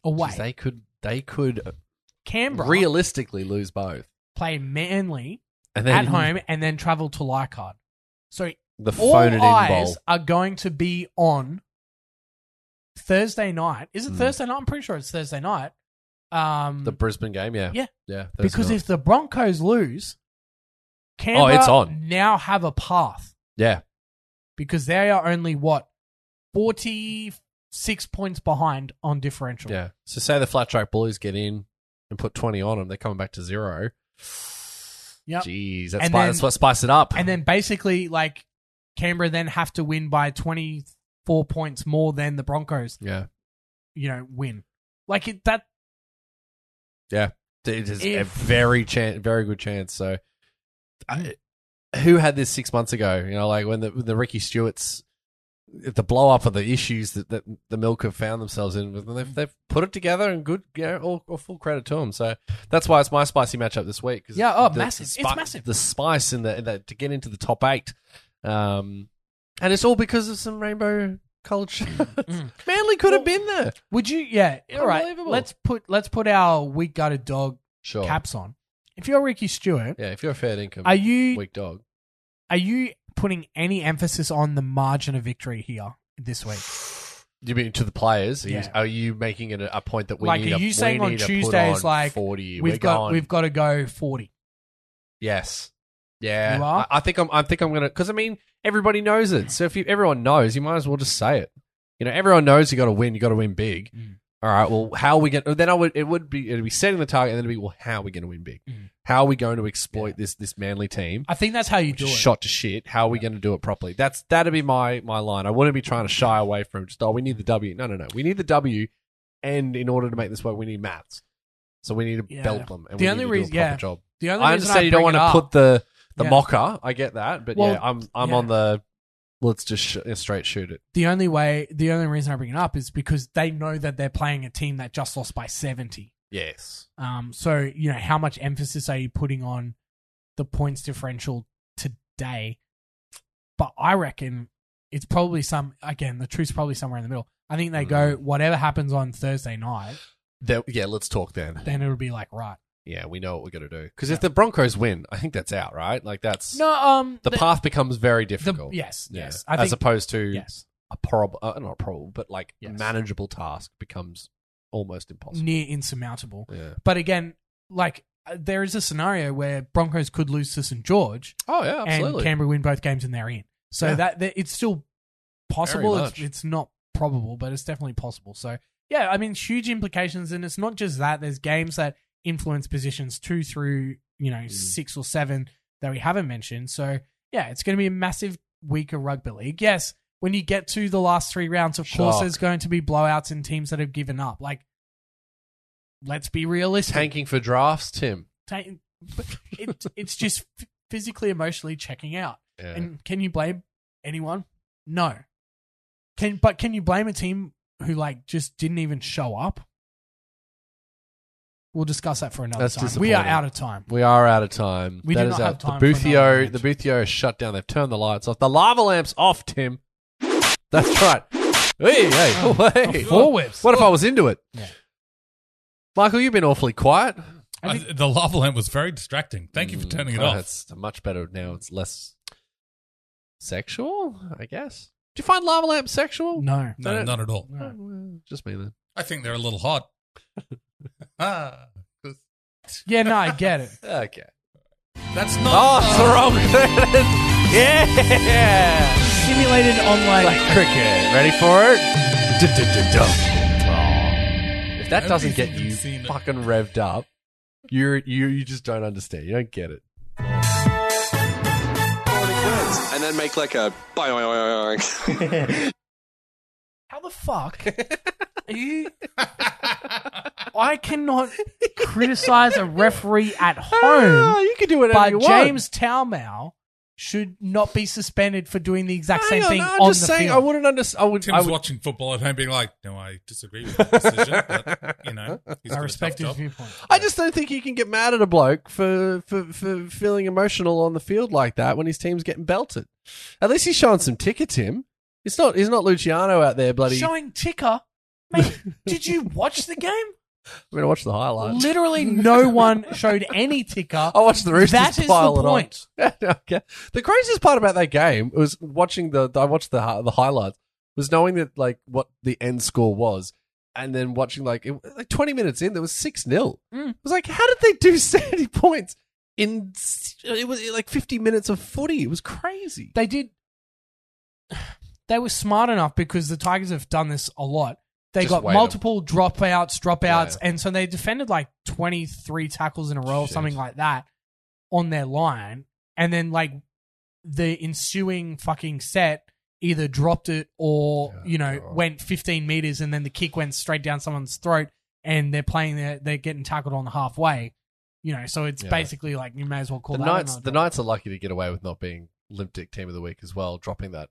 away. Jeez, they could they could Canberra realistically lose both, play Manly and at home and then travel to Leichhardt. So the all phone it in eyes bowl. are going to be on Thursday night. Is it Mm. Thursday night? I'm pretty sure it's Thursday night. Um, The Brisbane game, yeah, Yeah. yeah. because Thursday if the Broncos lose, Oh, Canberra it's on. now have a path night. because they are only what forty six points behind on differential. yeah, yeah. So say the flat track bullies get in and put twenty on them, they're coming back to zero. Yep. Jeez, that's, And spi- then- that's what spice it up. And then basically, like Canberra then have to win by twenty four points more than the Broncos. yeah, You know, win like it, that. it is a If- very chance, very good chance. So, I, who had this six months ago? You know, like when the the Ricky Stewart's the blow up of the issues that, that the milk have found themselves in, they've, they've put it together and good, yeah, all, all full credit to them. So that's why it's my spicy matchup this week. 'cause Yeah, oh, massive. spi- It's massive. The spice in the, in the to get into the top eight, um, and it's all because of some rainbow culture. Mm. [laughs] Manly could have been there. Would you? Yeah. All right. Unbelievable. Let's put let's put our weak gutted dog Sure. caps on. if you're Ricky Stewart, Yeah, if you're a fair income are you weak dog, are you putting any emphasis on the margin of victory here this week? you mean to the players? Are, you, Yeah. are you making it a, a point that we Like, need? are to- you we saying on need to put Tuesdays, on like, forty? we've We're got going- we've got to go forty. Yes. Yeah. You are? I, I think I'm I think I'm gonna because I mean everybody knows it. So if you, everyone knows, you might as well just say it. You know, everyone knows you gotta win, you gotta win big. Mm. All right, well how are we gonna then I would it would be it'd be setting the target and then it'd be, well, how are we gonna win big? Mm. How are we going to exploit this this manly team? I think that's how you do it. Just shot to shit. How are we going to do it properly? That's that'd be my my line. I wouldn't be trying to shy away from just oh we need the W. No no no, we need the W, and in order to make this work, we need maths. So we need to Yeah. belt them. And The we only need to reason- do a proper yeah. job. The only I reason understand you don't bring want it to up- put the the Yeah. mocker. I get that, but Well, yeah, I'm I'm yeah. on the let's just sh- straight shoot it. the only way the only reason I bring it up is because they know that they're playing a team that just lost by seventy. Yes, Um, so you know how much emphasis are you putting on the points differential today? But I reckon it's probably some again the truth's probably somewhere in the middle. I think they Mm. go whatever happens on Thursday night, There- yeah. Let's talk then. then it'll be like right. Yeah, we know what we're gonna do because if the Broncos win, I think that's out, right? Like that's No, um, the, path becomes very the- difficult. yes, Yeah. yes, I as think opposed to yes, a probable, uh, not a probable, but like Yes. manageable task becomes almost impossible. near insurmountable. Yeah. But again, like uh, there is a scenario where Broncos could lose to St George Oh yeah, absolutely. and Canberra win both games and they're in. So Yeah. that, that it's still possible. It's, much. it's not probable, but it's definitely possible. So yeah, I mean, huge implications, and it's not just that. There's games that influence positions two through you know Mm. six or seven that we haven't mentioned. So yeah, it's going to be a massive week of rugby league. Yes, when you get to the last three rounds, of course, Shock. there's going to be blowouts and teams that have given up. Like, let's be realistic. Tanking for drafts, Tim. Ta- but it, [laughs] it's just f- physically, emotionally checking out. Yeah. And can you blame anyone? No. Can but can you blame a team who like just didn't even show up? We'll discuss that for another That's time. We are disappointing. out of time. We are out of time. We That do is not have out. time for The another Boothio, match. the Boothio is shut down. They've turned the lights off. The lava lamps off, Tim. That's right. Hey, hey, [laughs] hey. Oh, Four whips. What if I was into it? Yeah. Michael, you've been awfully quiet. I I- think- the lava lamp was very distracting. Thank you for Mm, turning it oh, off. It's much better now. It's less sexual, I guess. Do you find lava lamps sexual? No. no, no. not at all. Oh, well, Just me then. I think they're a little hot. ah, Yeah, no, I get it. Okay. that's not. Oh, it's the wrong button. [laughs] Yeah. [laughs] Simulated online like cricket. Ready for it? Du-du-du-dum. Oh. If that doesn't Nobody's get even you seen it. fucking revved up, you're you you just don't understand. You don't get it. And then make like a How the [laughs] fuck are you? [laughs] I cannot criticize a referee [laughs] at Ah, home, you can do whatever but you want. James Taumau should not be suspended for doing the exact Hang same on, thing no, I'm on just the saying. field. I wouldn't understand. I would. Tim's I would watching football at home, being like, "No, I disagree with that decision." But, you [laughs] know, he's I got a respect tough his job. viewpoint. I just don't think you can get mad at a bloke for, for, for feeling emotional on the field like that when his team's getting belted. At least he's showing some ticker, Tim. It's not. He's not Luciano out there bloody. showing ticker. Mate, did you watch the game? I'm gonna watch the highlights. Literally, no one showed any ticker. I watched the Roosters That is the pile it on. point. [laughs] okay. The craziest part about that game was watching the. I watched the hi- the highlights. Was knowing that like what the end score was, and then watching like it, like twenty minutes in, there was six 0 Mm. I was like, how did they do [laughs] seventy points in? s- It was like fifty minutes of footy. It was crazy. They did. They were smart enough because the Tigers have done this a lot. They Just got wait 'em. multiple dropouts, dropouts, Yeah. and so they defended like twenty three tackles in a row or Shit. something like that on their line, and then like the ensuing fucking set either dropped it or Yeah, you know God. went fifteen meters, and then the kick went straight down someone's throat, and they're playing their they're getting tackled on the halfway. You know, so it's Yeah. basically like you may as well call the that one Knights, a the drop. Knights are lucky to get away with not being limp dick team of the week as well, dropping that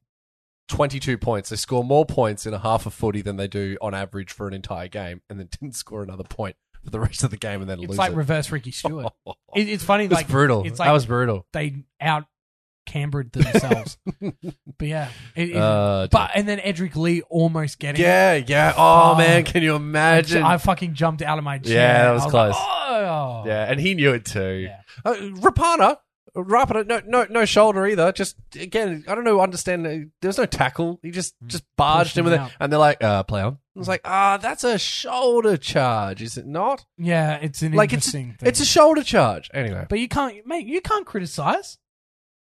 twenty-two points. They score more points in a half of footy than they do on average for an entire game, and then [laughs] didn't score another point for the rest of the game, and then It's lose like it. reverse Ricky Stewart. It, it's [laughs] funny, It was like brutal. It's that like was brutal. they out [laughs] cambered themselves. but yeah, it, it- Uh, but and then Edric Lee almost getting. yeah, yeah. Oh Fuck. man, can you I, imagine? I fucking jumped out of my chair. Yeah, that was I close. like, oh, Oh. Yeah, and he knew it too. Yeah. Uh, Rapana, Rapana, no, no, no shoulder either. Just again, I don't know. Understand? uh, There was no tackle. He just just barged Mm. Pushed him with him it, out. and they're like, uh, "Play on." I was like, "Ah, that's a shoulder charge, is it not? Yeah, it's an Like, interesting thing. It's a shoulder charge." Anyway, but you can't, mate. You can't criticize.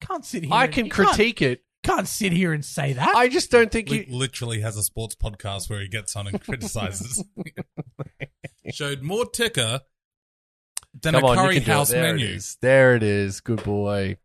Can't sit here. I and- can you can't- critique it. Can't, sit here and say that. I just don't think Luke you. literally has a sports podcast where he gets on and [laughs] criticizes. [laughs] Showed more ticker than Come a on, curry you can do it. house There it menu. is. There it is. Good boy.